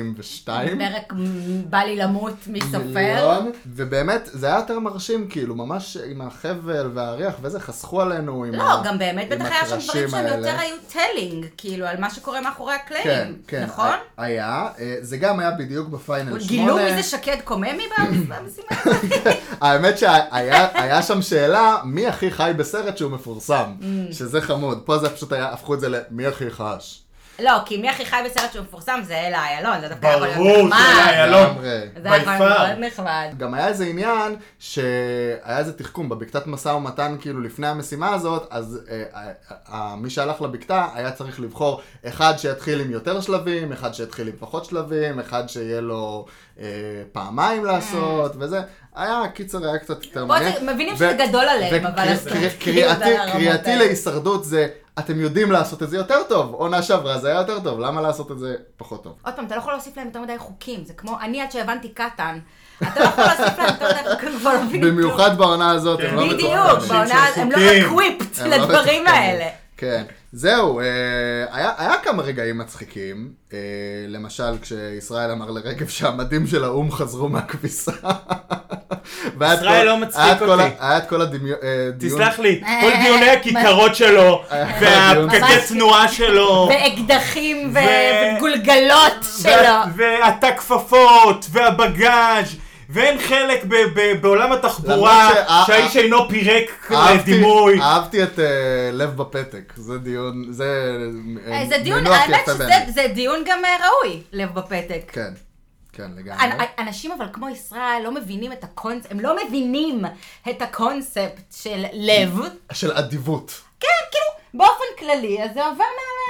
42. פרק מ- בא לי למות, מי סופר? מיליון, ובאמת, זה היה יותר מרשים, כאילו, ממש עם החבל והריח וזה, חסכו עלינו עם לא, גם באמת עם בטח היה שם דברים הקרשים שהם האלה. יותר היו טלינג, כאילו, על מה שקורה מאחורי כן, הקלעים, כן. נכון? היה. אה, זה גם היה בדיוק בפיינל שמונה. גילו מי זה שקד קוממי במס- במשימה הזאת? האמת שהיה שם שאלה, מי הכי חי בסרט שהוא מפורסם? Mm. שזה חמוד. פה זה פשוט היה, הפכו את זה למי הכי חש. לא, כי מי הכי חי בסרט שהוא מפורסם זה אלה איילון, זה דווקא יכול ברור להיות שזה היה נחמד. איילון. לגמרי. זה היה יכול by להיות far. מאוד נחמד. גם היה איזה עניין שהיה איזה תחכום בבקתת משא ומתן כאילו לפני המשימה הזאת, אז אה, אה, אה, מי שהלך לבקתה היה צריך לבחור אחד שיתחיל עם יותר שלבים, אחד שיתחיל עם פחות שלבים, אחד שיהיה לו אה, פעמיים לעשות וזה. היה, קיצר, היה קצת יותר פה זה- מעניין. Mm. מבינים ו- שזה גדול עליהם, אבל וקר- הסרט קר- כאילו קריאתי- ברמות קריאתי האלה. להישרדות זה, אתם יודעים לעשות את זה יותר טוב. עונה שעברה זה היה יותר טוב, למה לעשות את זה פחות טוב? עוד פעם, אתה לא יכול להוסיף להם יותר מדי חוקים, זה כמו אני עד שהבנתי קטן. אתה לא יכול להוסיף להם יותר מדי חוקים, כבר לא מבינים כלום. במיוחד בעונה הזאת, הם לא מתוחכמים. בדיוק, בעונה, של הם לא חוקים. אקוויפט הם לא לדברים מתוחכמים. האלה. כן. זהו, אה, היה, היה כמה רגעים מצחיקים. אה, למשל, כשישראל אמר לרגב שהמדים של האו"ם חזרו מהכביסה. והיה את ישראל כל- לא מצחיק היה את כל אותי. ה- היה את כל הדיון... תסלח לי, אה, כל דיוני הכיכרות שלו, הדיון. והפקקי ממש- תנועה שלו, ואקדחים ו- ו- וגולגלות וה- שלו. והתכפפות, והבגאז', ואין חלק ב- ב- בעולם התחבורה, למרות שה- שהאיש אינו פירק אהבתי- דימוי. אהבתי את אה, לב בפתק, זה דיון, זה אה, אה, זה דיון, מינוח האמת יפה שזה בעיניי. זה דיון גם אה, ראוי, לב בפתק. כן, כן, לגמרי. אנ- אנשים אבל כמו ישראל לא מבינים את הקונספט, הם לא מבינים את הקונספט של לב. של אדיבות. כן, כאילו, באופן כללי, אז זה עובר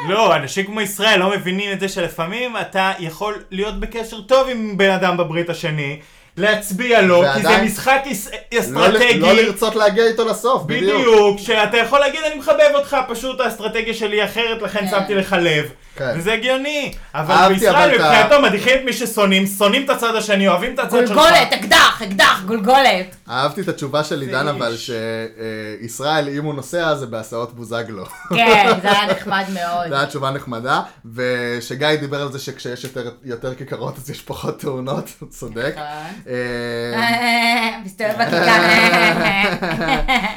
מעליהם. לא, אנשים כמו ישראל לא מבינים את זה שלפעמים אתה יכול להיות בקשר טוב עם בן אדם בברית השני, להצביע לו, כי זה ועדיין- משחק אס- לא ל- אסטרטגי. לא לרצות להגיע איתו לסוף, בדיוק. בדיוק, שאתה יכול להגיד אני מחבב אותך, פשוט האסטרטגיה שלי היא אחרת, לכן שמתי לך לב. כן. וזה הגיוני. אבל אהבתי, בישראל אבל אתה- מבחינתו מדיחים את מי ששונאים, שונאים את הצד השני, אוהבים את הצד שלך. גולגולת, אקדח, אקדח, גולגולת. אהבתי את התשובה של עידן איש. אבל שישראל אם הוא נוסע זה בהסעות בוזגלו. כן, זה היה נחמד מאוד. זו הייתה תשובה נחמדה, ושגיא דיבר על זה שכשיש יותר, יותר כיכרות אז יש פחות תאונות, הוא צודק. נכון. אה, מסתובב בכיתה.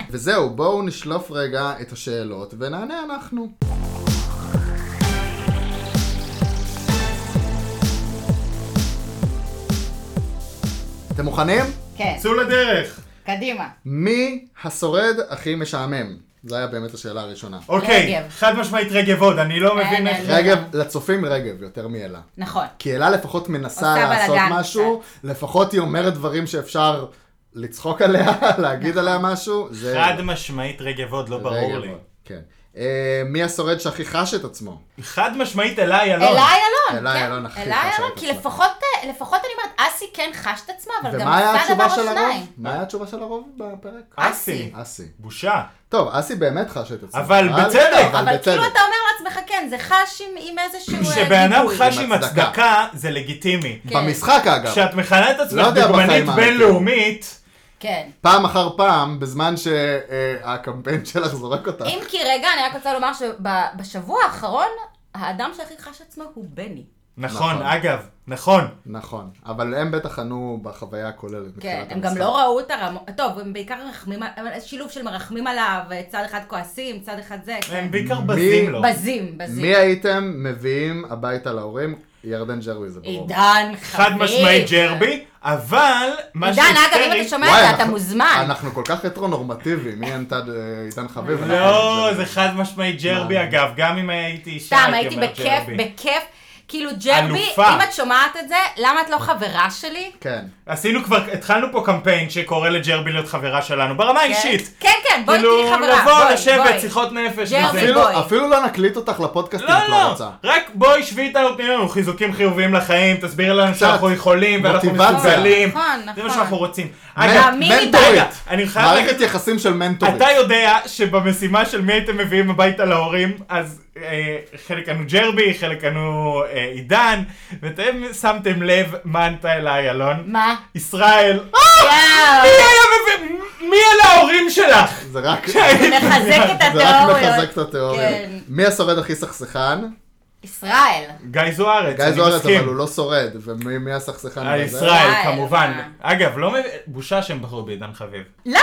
וזהו, בואו נשלוף רגע את השאלות ונענה אנחנו. אתם מוכנים? כן, צאו לדרך. קדימה. מי השורד הכי משעמם? זו הייתה באמת השאלה הראשונה. אוקיי, רגב. חד משמעית רגב עוד, אני לא מבין אה, איך... אה, רגב, לצופים רגב, יותר מאלה. נכון. כי אלה לפחות מנסה עושה לעשות בלאגן משהו, לפחות היא אומרת דברים שאפשר לצחוק עליה, להגיד נכון. עליה משהו. זה- חד משמעית רגב עוד, לא זה ברור רגע לי. מאוד, כן. אה, מי השורד שהכי חש את עצמו? חד משמעית אלה איילון. אלה איילון, אלה כן. איילון הכי אלה חשה את איילון, כי עצמה. לפחות, אה, לפחות אני אומרת, אסי כן חש את עצמה, אבל גם ומה היה עשה התשובה דבר או של שניים. הרוב? מה היה התשובה של הרוב בפרק? אה. אסי. אסי. בושה. טוב, אסי באמת חש את עצמו. אבל בצדק. אבל כאילו בצדק. אתה אומר לעצמך, כן, זה חש עם- עם איזשהו אה, כשבן אדם גיבוי. חש עם עם הצדקה. הצדקה, זה לגיטימי. כן. במשחק אגב. כשאת מכנה את עצמך לא יודע דוגמנית בחיים האמיתיים. בינלאומית, כן. פעם אחר פעם, בזמן שהקמפיין שלך זורק אותך. אם כי רגע, אני רק רוצה לומר שבשבוע האחרון, האדם שהכי חש עצמו הוא בני. נכון, נכון. אגב, נכון. נכון, אבל הם בטח ענו בחוויה הכוללת. כן, מתחילת הם גם המסע. לא ראו את הרמות, טוב, הם בעיקר מרחמים, על- הם שילוב של מרחמים עליו, צד אחד כועסים, צד אחד זה, כן. הם לא. בעיקר מי- בזים לו. בזים, בזים. מי הייתם מביאים הביתה להורים? ירדן ג'רבי זה ברור. עידן חביב. חד משמעית ג'רבי, אבל מה עידן, אגב, אם אתה שהיסטרי... שומע וואי, את זה, אתה אנחנו- מוזמן. אנחנו כל כך רטרו-נורמטיביים, מי ענתה אה, עידן חביב? לא, אנחנו- זה חד משמעית ג'רבי מה? אגב, גם אם הייתי אישה סתם, הייתי הייתי אומר בכיף, ג'רבי. בכיף. כאילו, ג'רבי, אלופה. אם את שומעת את זה, למה את לא חברה שלי? כן. עשינו כבר, התחלנו פה קמפיין שקורא לג'רבי להיות חברה שלנו, ברמה האישית. כן, כן, בואי כאילו, תהיי חברה. לבוא, בואי, לשבת, בואי. שיחות נפש. ג'רבי, וזה. אפילו- בואי. אפילו לא נקליט אותך לפודקאסטים, לא, את לא לא, רוצה. רק בואי שבי איתנו, תני לנו חיזוקים חיוביים לחיים, תסבירי לנו קצת שאנחנו יכולים ואנחנו מוטיבציה. מסוגלים. נכון, זה מה נכון. שאנחנו רוצים. מה, אגב, מי מנטורית. רגע, אני חייב מערכת להגיד- יחסים של מנטורית. אתה יודע שבמשימה של מי הייתם מביאים הביתה להורים, אז אה, חלק ענו ג'רבי, חלק ענו אה, עידן, ואתם שמתם לב מה ענתה אליי, אלון? מה? ישראל. אה! מי יואו, היה מביא... מי אלה ההורים שלך? זה רק... מחזק את זה רק התיאוריות. מחזק את התיאוריה. כן. מי השורד הכי סכסכן? ישראל. גיא זוארץ, גיא אני זוארץ, אבל מסכים. הוא לא שורד. ומי מי הסכסכן? אה, בזה? ישראל, ישראל, כמובן. מה? אגב, לא מבין, בושה שהם בחרו בעידן חביב. למה?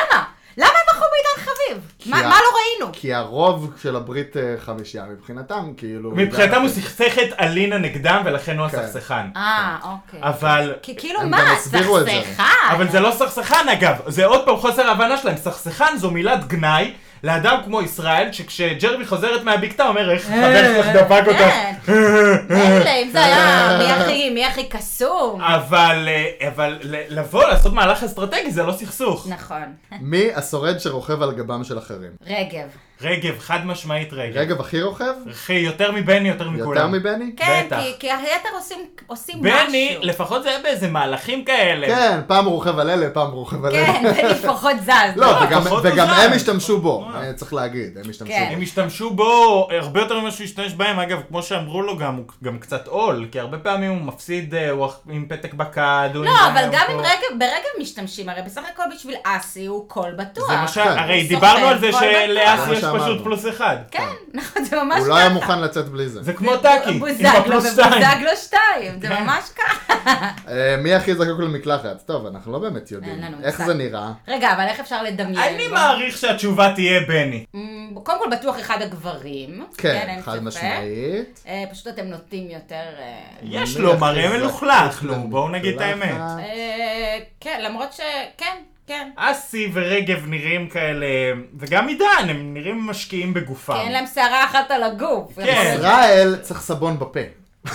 למה הם בחרו בעידן חביב? מה ה- מה לא ראינו? כי הרוב של הברית אה, חמישייה מבחינתם, כאילו... מבחינתם הוא זה- סכסך את אלינה נגדם, ולכן הוא כן. הסכסכן. אה, אוקיי. אבל... כי כאילו הם מה, כן. גם הסבירו את זה. סכסכה. אבל זה לא סכסכן אגב, זה עוד פעם חוסר הבנה שלהם, סכסכן זו מילת גנאי לאדם כמו ישראל, שכשג'רבי חוזרת מהבקתה אומר איך אה, חבר שלך דפק אותך. כן. מילא, אם זה היה מי הכי, מי הכי קסום. אבל, אה, אבל ל- לבוא לעשות מהלך אסטרטגי זה לא סכסוך. נכון. מי השורד שרוכב על גבם של אחרים? רגב. רגב, חד משמעית רגב. רגב הכי רוכב? אחי, יותר מבני, יותר יותר מכולם. מבני? כן, בטח. כי- כי היתר עושים עושים משהו. בני, לפחות זה היה באיזה מהלכים כאלה. כן, פעם הוא רוכב על אלה, פעם הוא רוכב על כן, אלה. בני לפחות זז. לא, וגם- פחות וגם עוזר. הם השתמשו בו, אה. אה, צריך להגיד, הם השתמשו כן. בו. הם השתמשו בו הרבה יותר ממה שהוא השתמש בהם, אגב, כמו שאמרו לו גם, הוא גם קצת עול, כי הרבה פעמים הוא מפסיד, אה, הוא עם פתק בכד, הוא... לא, עם אבל בעיה, גם הוא אם פה. רגב, ברגב משתמשים, הרי בסך הכל בשביל אסי הוא קול בטוח. זה מה ש... הרי הוא דיברנו סוחב על זה כל שלאסי בטוח. יש זה מה פשוט כן. שאמרנו. פלוס אחד. כן, נכון, זה ממש ככה. הוא לא היה מוכן לצאת בלי זה. זה כמו טאקי, עם בוזגלו הפלוס שתיים. ובוזגלו שתיים, זה כן. ממש ככה. אה, מי הכי זקוק למקלחת? טוב, אנחנו לא באמת אין יודעים. לנו איך מושג. זה נראה? רגע, אבל איך אפשר לדמיין? אני בוא. מעריך שהתשובה תהיה בני. אמ, קודם כל בטוח אחד הגברים. כן, אין חד ספק. משמעית. אה, פשוט אתם נוטים יותר... אה, יש מי לו הכי מראה זקוק מלוכלך, נו, בואו נגיד את האמת. למקלחת? אה, כן, למרות ש... כן, כן. אסי ורגב נראים כאלה, וגם עידן, הם נראים משקיעים כי בגופם. אין להם שערה אחת על הגוף. כן. ישראל צריך סבון בפה.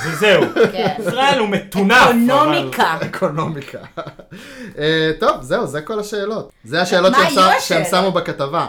וזהו. כן. ישראל הוא מטונף. אבל- אקונומיקה. אקונומיקה. אה, טוב, זהו, זה כל השאלות. זה השאלות מה שהם היו שם- שהם השאלות? שמו בכתבה.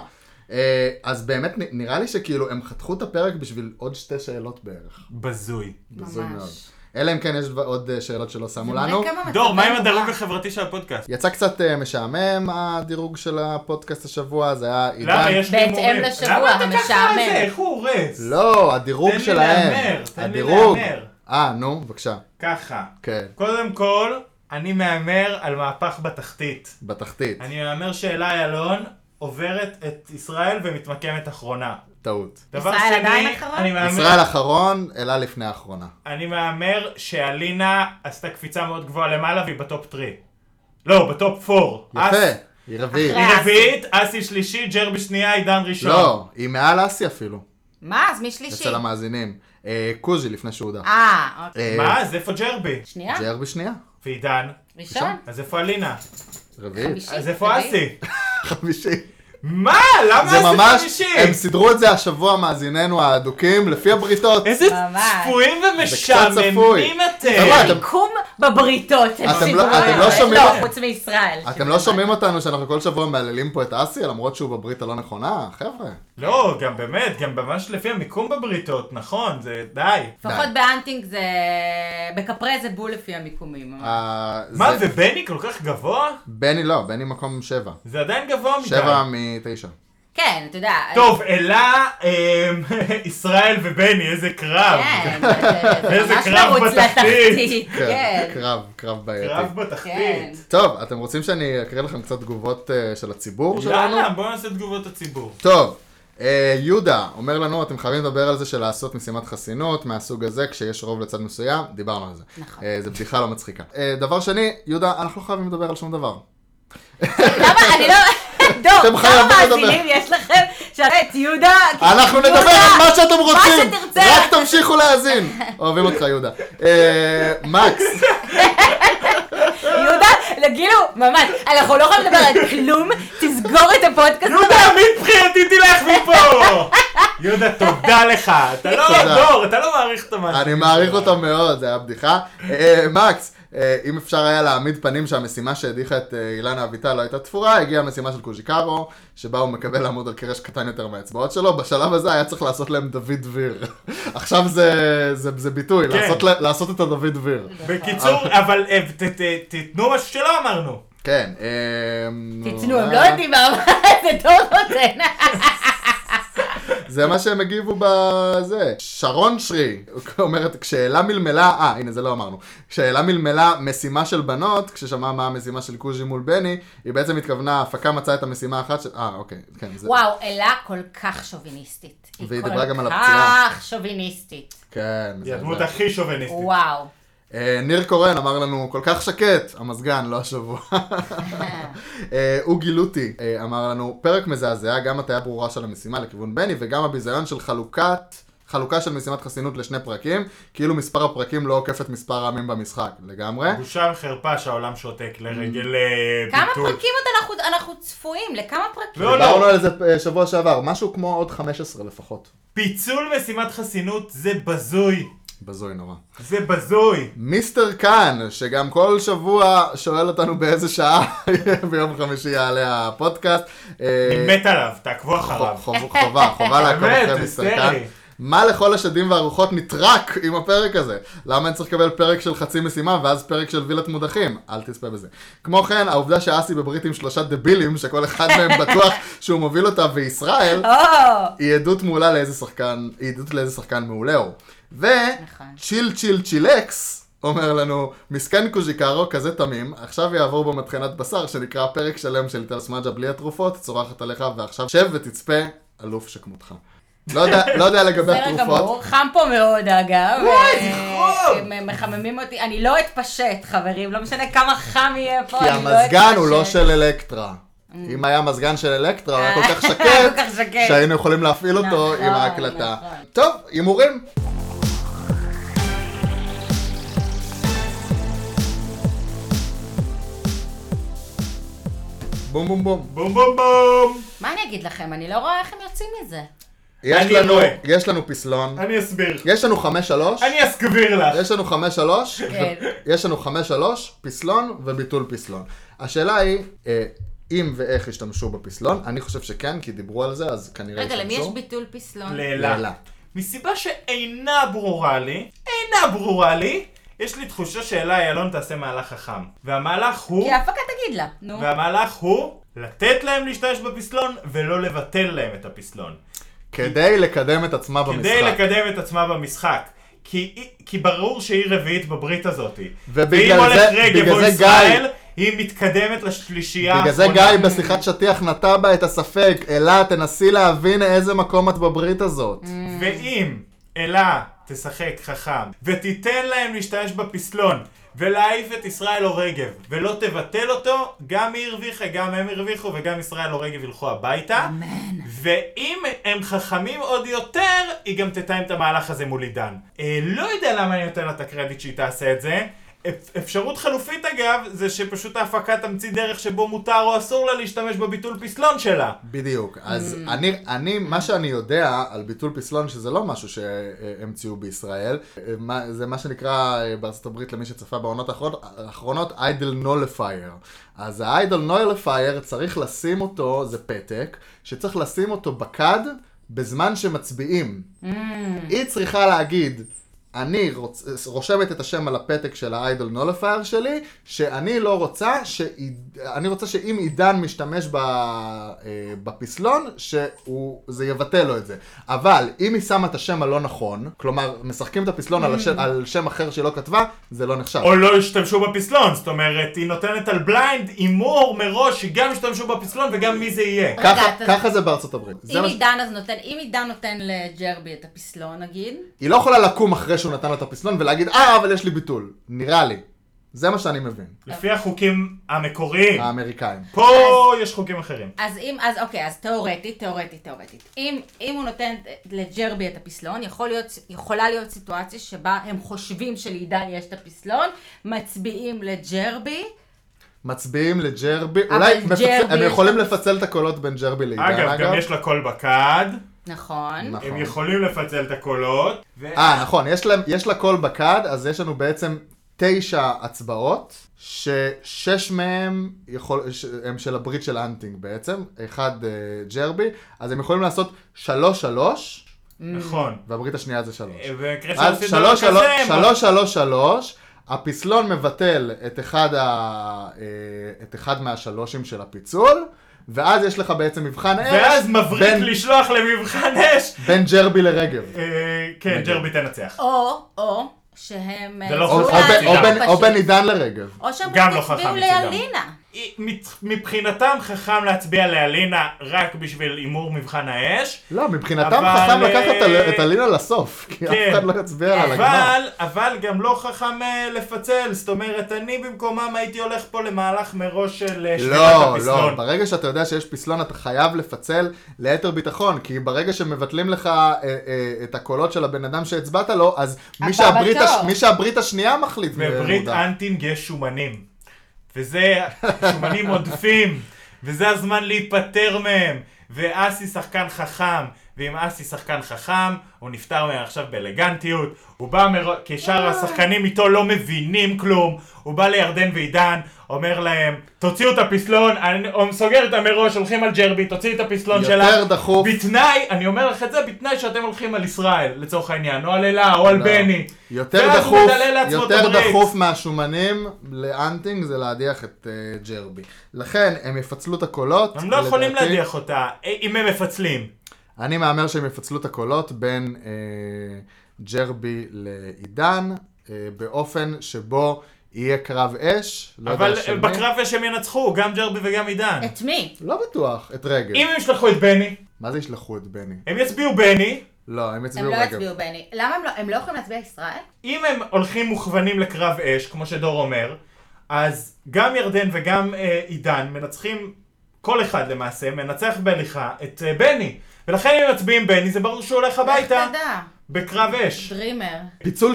אה, אז באמת, נ- נראה לי שכאילו, הם חתכו את הפרק בשביל עוד שתי שאלות בערך. בזוי. בזוי ממש. מאוד. אלא אם כן יש דבר- עוד אה, שאלות שלא שמו לנו. כמה מצבי דור, מה עם רוח. הדירוג החברתי של הפודקאסט? יצא קצת אה, משעמם הדירוג של הפודקאסט השבוע, זה היה עידן. למה יש לי בהתאם הימורים? לשבוע למה אתה ככה המשעמם. על זה? איך הוא הורס? לא, הדירוג תן לי שלהם. להמר, תן לי הדירוג. להמר. אה, נו, בבקשה. ככה. כן, קודם כל, אני מהמר על מהפך בתחתית. בתחתית. אני מהמר שאלה אלון עוברת את ישראל ומתמקמת אחרונה. טעות. דבר ישראל עדיין שני, אחרון? אני מהמר, ישראל אחרון, אלה לפני האחרונה. אני מהמר שאלינה עשתה קפיצה מאוד גבוהה למעלה והיא בטופ 3. לא, בטופ 4. יפה, היא רביעית. אחרי. היא רביעית, אסי שלישי, ג'רבי שנייה, עידן ראשון. לא, היא מעל אסי אפילו, מה, אז מי שלישי? אצל המאזינים. אה, קוז'י לפני שהוא הודה. אה, אוקיי. אה, מה? אז איפה ג'רבי? שנייה? ג'ר בשנייה. ועידן? ראשון? אז איפה אלינה? רביעית, אה, אז איפה רביעי? אסי? חמישית. מה? למה זה אסי ממש, חמישי? הם סידרו את זה השבוע, מאזינינו האדוקים, לפי הבריתות. איזה ממש. צפויים צפוי. ומשעממים חבר'ה, אתם. לא, אתם- מיקום בבריתות. הם אתם סידרו לא- אתם את לא זה. שומעים- לא, חוץ מישראל. אתם לא שומעים אותנו שאנחנו כל שבוע מהללים פה את אסיה, למרות שהוא בברית הלא נכונה? חבר'ה. לא, גם באמת, גם ממש לפי המיקום בבריתות, נכון, זה די. לפחות די. באנטינג זה... בקפרי זה בול לפי המיקומים. אה, מה, זה- ובני כל כך גבוה? בני לא, בני מקום שבע. זה עדיין גבוה מדי. שבע מתשע. כן, אתה יודע. טוב, אלה, אמ, ישראל ובני, איזה קרב. כן, זה- זה איזה ממש קרב מרוץ בתחתית. לתחתית. כן, כן. קרב, קרב בעייתי. קרב בתחתית. טוב, אתם רוצים שאני אקריא לכם קצת תגובות אה, של הציבור שלנו? יאללה, בואו נעשה תגובות הציבור. טוב, אה, יהודה אומר לנו, אתם חייבים לדבר על זה של לעשות משימת חסינות מהסוג הזה כשיש רוב לצד מסוים, דיברנו על זה. נכון. אה, זו בדיחה לא מצחיקה. אה, דבר שני, יהודה, אנחנו לא חייבים לדבר על שום דבר. למה, אני לא... אתם דור, כמה חייבים לדבר. מאזינים יש לכם? שאתה את יהודה? אנחנו יהודה, נדבר על מה שאתם רוצים! שתרצה. רק תמשיכו להאזין! אוהבים אותך, יהודה. אה, מקס, יהודה, כאילו, ממש, אנחנו לא יכולים לדבר על כלום, תסגור את הפודקאסט. יהודה, מבחינתי תלך מפה! יהודה, תודה לך. אתה לא תודה. דור, אתה לא מעריך את המעשה. אני מעריך אותה מאוד, זה היה בדיחה. אה, מקס, אה, אם אפשר היה להעמיד פנים שהמשימה שהדיחה את אה, אילנה אביטל לא הייתה תפורה, הגיעה המשימה של קוז'יקרו, שבה הוא מקבל עמוד על קרש קטן יותר מהאצבעות שלו, בשלב הזה היה צריך לעשות להם דוד דביר. עכשיו זה- זה זה ביטוי, כן. לעשות ל- לעשות את הדוד דביר. בקיצור, אבל אה, ת- ת- תתנו משהו שלא אמרנו. כן. אה, תצנו, הם לא יודעים מה זה דור נותן. זה מה שהם הגיבו בזה. שרון שרי אומרת, כשאלה מלמלה, אה, הנה זה לא אמרנו. כשאלה מלמלה משימה של בנות, כששמעה מה המשימה של קוז'י מול בני, היא בעצם התכוונה, ההפקה מצאה את המשימה האחת של... אה, אוקיי, כן, זה... וואו, אלה כל כך שוביניסטית. והיא דיברה גם על כל הפציעה. כך שוביניסטית. כן, היא זה... הדמות זה. הכי שוביניסטית. וואו. אה, ניר קורן אמר לנו, כל כך שקט, המזגן, לא השבוע. אה, אוגי לוטי אה, אמר לנו, פרק מזעזע, גם הטעיה ברורה של המשימה לכיוון בני, וגם הביזיון של חלוקת, חלוקה של משימת חסינות לשני פרקים, כאילו מספר הפרקים לא עוקף את מספר העמים במשחק, לגמרי. בושה וחרפה שהעולם שותק Mm. לרגל אה, ביטול. כמה פרקים עוד אנחנו- אנחנו צפויים? לכמה פרקים? לא, דיברנו על זה אה, שבוע שעבר, משהו כמו עוד 15 לפחות. פיצול משימת חסינות זה בזוי. בזוי נורא. זה בזוי. אה, מיסטר קאן, שגם כל שבוע שואל אותנו באיזה שעה ביום חמישי יעלה הפודקאסט. אה, אני מת עליו, תעקבו אחריו. חוב- חוב- חובה, חובה לעקוב באמת, אחרי זה מיסטר קאן. היסטרי. מה לכל השדים והרוחות נטרק עם הפרק הזה? למה אני צריך לקבל פרק של חצי משימה ואז פרק של וילת מודחים? אל תצפה בזה. כמו כן, העובדה שאסי בברית עם שלושה דבילים, שכל אחד מהם בטוח שהוא מוביל אותה וישראל, או, היא עדות מעולה לאיזה שחקן, היא עדות לאיזה שחקן מעולה הוא. נכון. וצ'יל צ'יל צ'ילקס אומר לנו, מסכן קוז'יקרו כזה תמים, עכשיו יעבור בו מטחנת בשר שנקרא פרק שלם של טל סמג'ה בלי התרופות, צורחת עליך ועכשיו שב ותצפה, אלוף שכמותך. לא יודע, לא יודע לגבי בסדר התרופות. גמור, חם פה מאוד אגב. וואי, זה אה, חום. הם מחממים אותי, אני לא אתפשט חברים, לא משנה כמה חם יהיה פה, כי אני לא אתפשט. המזגן הוא לא של אלקטרה. אם היה מזגן של אלקטרה, הוא היה כל כך שקט, אה, כל כך שקט. שהיינו יכולים להפעיל אותו עם נכון, ההקלטה. נכון. טוב, הימורים. בום בום בום. בום בום בום! מה אני אגיד לכם, אני לא רואה איך הם יוצאים מזה. יש אני לנו, רואה. יש לנו פסלון, אני אסביר. יש לנו חמש שלוש, אני אסביר לך. יש לנו חמש שלוש, כן. יש לנו חמש שלוש, פסלון וביטול פסלון. השאלה היא, אה, אם ואיך השתמשו בפסלון, אני חושב שכן, כי דיברו על זה, אז כנראה רגע, השתמשו. למי יש ביטול פסלון? לאלה. לאלה. מסיבה שאינה ברורה לי, אינה ברורה לי, יש לי תחושה שאלה איילון תעשה מהלך חכם. והמהלך הוא, כי ההפקה תגיד לה, נו. והמהלך הוא, לתת להם להשתמש בפסלון, ולא לבטל להם את הפסלון. כדי לקדם את עצמה כדי במשחק. לקדם את עצמה במשחק. כי, היא- כי ברור שהיא רביעית בברית הזאת. ובגלל ואם הולך זה- רגב בגלל או זה ישראל, היא מתקדמת לשלישייה בגלל זה האחרונה. גיא בשיחת שטיח נטע בה את הספק, אלה, תנסי להבין איזה מקום את בברית Mm. הזאת. ואם אלה תשחק חכם, ותיתן להם להשתמש בפסלון, ולהעיף את ישראל או רגב, ולא תבטל אותו, גם היא הרוויחה, גם הם הרוויחו, וגם ישראל או רגב ילכו הביתה. אמן. ואם הם חכמים עוד יותר, היא גם תתאם את המהלך הזה מול עידן. אה, לא יודע למה אני נותן לה את הקרדיט שהיא תעשה את זה. אפ- אפשרות חלופית אגב, זה שפשוט ההפקה תמציא דרך שבו מותר או אסור לה להשתמש בביטול פסלון שלה. בדיוק. אז אני, אני, מה שאני יודע על ביטול פסלון, שזה לא משהו שהמציאו בישראל, אה, מה- זה מה שנקרא אה, בארצות הברית, למי שצפה בעונות האחרונות- האחרונות, Idle Nullifier. אז ה-Idle Nullifier, צריך לשים אותו, זה פתק, שצריך לשים אותו בכד בזמן שמצביעים. היא צריכה להגיד, אני רוצ... רושמת את השם על הפתק של האיידול נולפייר שלי, שאני לא רוצה, ש... אני רוצה שאם עידן משתמש ב... אה, בפסלון, שהוא... זה יבטל לו את זה. אבל אם היא שמה את השם הלא נכון, כלומר, משחקים את הפסלון על, השם... על שם אחר שהיא לא כתבה, זה לא נחשב. או לא השתמשו בפסלון, זאת אומרת, היא נותנת על בליינד הימור מראש שגם השתמשו בפסלון וגם מי זה יהיה. רגע, ככה, אתה- ככה זה בארצות הברית. זה אם מה ש- עידן אז נותן, אם עידן נותן לג'רבי את הפסלון נגיד, היא לא יכולה לקום אחרי שהוא נתן לה את הפסלון ולהגיד, אה, אבל יש לי ביטול. נראה לי. זה מה שאני מבין. לפי החוקים המקוריים. האמריקאים. פה יש חוקים אחרים. אז אם, אז אוקיי, אז תיאורטית, תיאורטית, תיאורטית. אם, אם הוא נותן לג'רבי את הפסלון, יכול להיות, יכולה להיות סיטואציה שבה הם חושבים שלעידן יש את הפסלון, מצביעים לג'רבי, מצביעים לג'רבי, אולי ג'רבי מפצל, הם יש לו- יכולים לפצל את הקולות בין ג'רבי לעידן, אגב, גם יש לה קול בקד, נכון? נכון. הם יכולים לפצל את הקולות. ו- אה, נכון, יש להם, יש לה קול בקד, אז יש לנו בעצם תשע הצבעות, ששש מהם יכול, ש, הם של הברית של האנטינג בעצם, אחד אה, ג'רבי, אז הם יכולים לעשות שלוש שלוש, נכון. והברית השנייה זה שלוש. ובמקרה אז שעושים דבר שלוש, שלוש, כזה, הם- שלוש, שלוש, שלוש, הפסלון מבטל את אחד, ה... אה, את אחד מהשלושים של הפיצול, ואז יש לך בעצם מבחן אש. ואז מבריק בין- לשלוח למבחן אש. בין ג'רבי לרגב. אה, כן, ג'רבי תנצח. או, או, שהם... אה, זה לא או- או חכם בין- או מצידם. בין- או פשוט- בין עידן לרגב. או שהם גם רק לא חכם הצביעו מצידם. לאלינה. מבחינתם חכם להצביע לאלינה רק בשביל הימור מבחן האש. לא, מבחינתם אבל, חכם לקחת את אה, ה- את הלינה לסוף, כי אף כן. אחד לא יצביע לה לגמר. אבל, אבל גם לא חכם אה, לפצל, זאת אומרת, אני במקומם הייתי הולך פה למהלך מראש של אה, לא, שבירת לא, הפסלון. ברגע שאתה יודע שיש פסלון אתה חייב לפצל ליתר ביטחון, כי ברגע שמבטלים לך אה, אה, את הקולות של הבן אדם שהצבעת לו, אז מי הבא שהברית בתור. הש- מי שהברית השנייה מחליט. מי בברית מודע. אנטינג יש שומנים. וזה, שומנים עודפים, וזה הזמן להיפטר מהם. ואסי שחקן חכם, ואם אסי שחקן חכם, הוא נפטר מהם עכשיו באלגנטיות, הוא בא, מר... כי שאר אה. השחקנים איתו לא מבינים כלום, הוא בא לירדן ועידן, אומר להם, תוציאו את הפסלון, אני הוא סוגר את המראש, הולכים על ג'רבי, תוציאו את הפסלון יותר שלה. דחוף. בתנאי, אני אומר לך את זה, בתנאי שאתם הולכים על ישראל, לצורך העניין, או על אלה, או על לא. בני. יותר ואז הוא דחוף, מדלל לעצמו את יותר הברית. דחוף מהשומנים לאנטינג זה להדיח את אה, ג'רבי. לכן הם יפצלו את הקולות. הם לא יכולים לדעתי. להדיח אותה, אה, אם הם מפצלים. אני מהמר שהם יפצלו את הקולות בין אה, ג'רבי לעידן, אה, באופן שבו יהיה קרב אש. לא יודע אבל של מי. בקרב יש הם ינצחו, גם ג'רבי וגם עידן. את מי? לא בטוח, את רגב. אם הם ישלחו את בני, מה זה ישלחו את בני? הם יצביעו בני, לא, הם יצביעו הם לא רגב. יצביעו בני. למה הם לא, הם לא יכולים להצביע ישראל? אם הם הולכים מוכוונים לקרב אש, כמו שדור אומר, אז גם ירדן וגם אה, עידן מנצחים, כל אחד למעשה, מנצח בהליכה את אה, בני. ולכן אם הם מצביעים בני, זה ברור שהוא הולך הביתה איך תדע? בקרב אש. דרימר. פיצול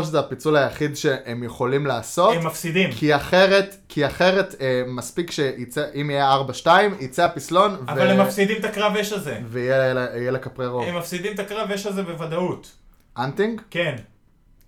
3-3 זה הפיצול היחיד שהם יכולים לעשות. הם מפסידים. כי אחרת, כי אחרת אה, מספיק שיצא, אם יהיה 4-2, יצא הפסלון, ו- אבל הם מפסידים את הקרב אש הזה. ויהיה לה- יהיה לקפרי רוב. הם מפסידים את הקרב אש הזה בוודאות. אנטינג? כן.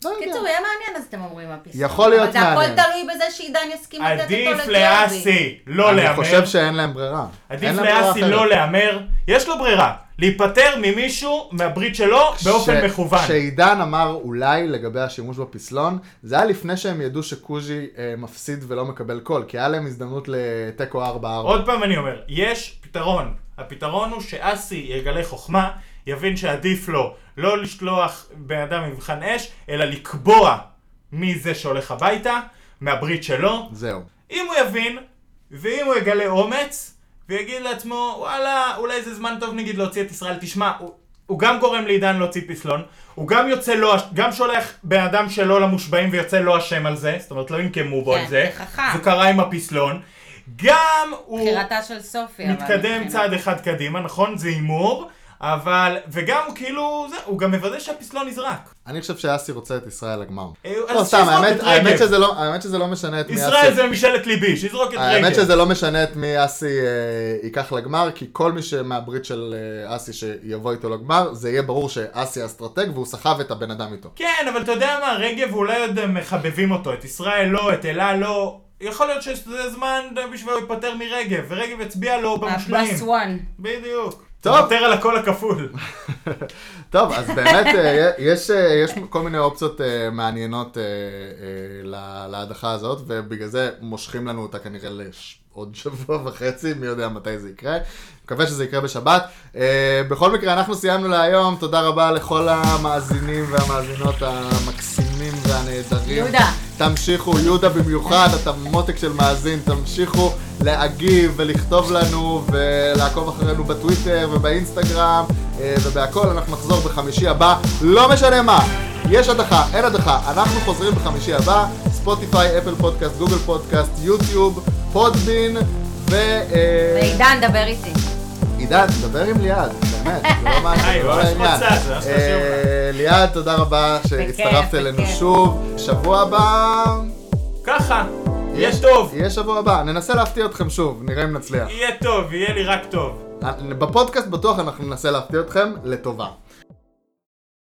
לא יודע. קיצור, יהיה מעניין אז אתם אומרים הפיסה. יכול להיות אבל מעניין. זה הכל תלוי בזה שעידן יסכים לתת אותו לג'רבי. עדיף לאסי לא אני להמר. חושב שאין להם ברירה. עדיף אין להם ברירה לאסי אחרת. לא להמר, יש לו ברירה, להיפטר ממישהו מהברית שלו באופן ש- מכוון. כשעידן אמר אולי לגבי השימוש בפסלון, זה היה לפני שהם ידעו שקוז'י אה, מפסיד ולא מקבל קול, כי היה להם הזדמנות לתיקו 4-4. עוד פעם אני אומר, יש פתרון. הפתרון הוא שאסי יגלה חוכמה, יבין שעדיף לו לא לשלוח בן אדם מבחן אש, אלא לקבוע מי זה שהולך הביתה, מהברית שלו. זהו. אם הוא יבין, ואם הוא יגלה אומץ, ויגיד לעצמו, וואלה, אולי זה זמן טוב נגיד להוציא את ישראל, תשמע, הוא, הוא גם גורם לעידן להוציא פסלון, הוא גם יוצא לו, הש- גם שולח בן אדם שלו למושבעים ויוצא לו אשם על זה, זאת אומרת לא ינקמו בו כן, על זה, זה חכם. זה קרה עם הפסלון, גם הוא בחירתה של סופי. אבל מתקדם מבחינת- צעד אחד קדימה, נכון? זה הימור, אבל, וגם הוא כאילו, זה, הוא גם מוודא שהפסלון נזרק. אני חושב שאסי רוצה את ישראל לגמר. אה, לא, אז סתם, שיזרוק האמת- את האמת רגב. שזה לא- האמת שזה לא משנה את מי אסי. ישראל זה משאלת ליבי, שיזרוק את רגל. האמת שזה לא משנה את מי אסי אה, ייקח לגמר, כי כל מי שמהברית של אה, אסי שיבוא איתו לגמר, זה יהיה ברור שאסי אסטרטג והוא סחב את הבן אדם איתו. כן, אבל אתה יודע מה, רגב אולי עוד הם מחבבים אותו, את ישראל לא, את אלה לא. יכול להיות אה, שזה זמן בשביל להיפטר מרגב, ורגב יצביע לו במושבעים. מהפלוס וואן. בדיוק. טוב. מוותר על הקול הכפול. טוב, אז באמת אה, יש, אה, יש כל מיני אופציות אה, מעניינות אה, אה, לה- להדחה הזאת, ובגלל זה מושכים לנו אותה כנראה לעוד שבוע וחצי, מי יודע מתי זה יקרה. מקווה שזה יקרה בשבת. אה, בכל מקרה, אנחנו סיימנו להיום, תודה רבה לכל המאזינים והמאזינות המקסימים והנהדרים. יהודה. תמשיכו, יהודה במיוחד, אתה מותק של מאזין, תמשיכו להגיב ולכתוב לנו ולעקוב אחרינו בטוויטר ובאינסטגרם אה, ובהכל, אנחנו נחזור בחמישי הבא, לא משנה מה, יש הדחה, אין הדחה, אנחנו חוזרים בחמישי הבא, ספוטיפיי, אפל פודקאסט, גוגל פודקאסט, יוטיוב, פודבין ו... אה, ועידן, דבר איתי. עידן, תדבר עם ליעד, באמת, זה לא מעניין, היי, זה לא ממש לעניין. מצא, זה ממש חשוב לך. אה, ליעד, תודה רבה שהצטרפת בכיף, אלינו בכיף. שוב. שבוע הבא... ככה, יש טוב, יהיה שבוע הבא, ננסה להפתיע אתכם שוב, נראה אם נצליח. יהיה טוב, יהיה לי רק טוב. בפודקאסט בטוח אנחנו ננסה להפתיע אתכם לטובה.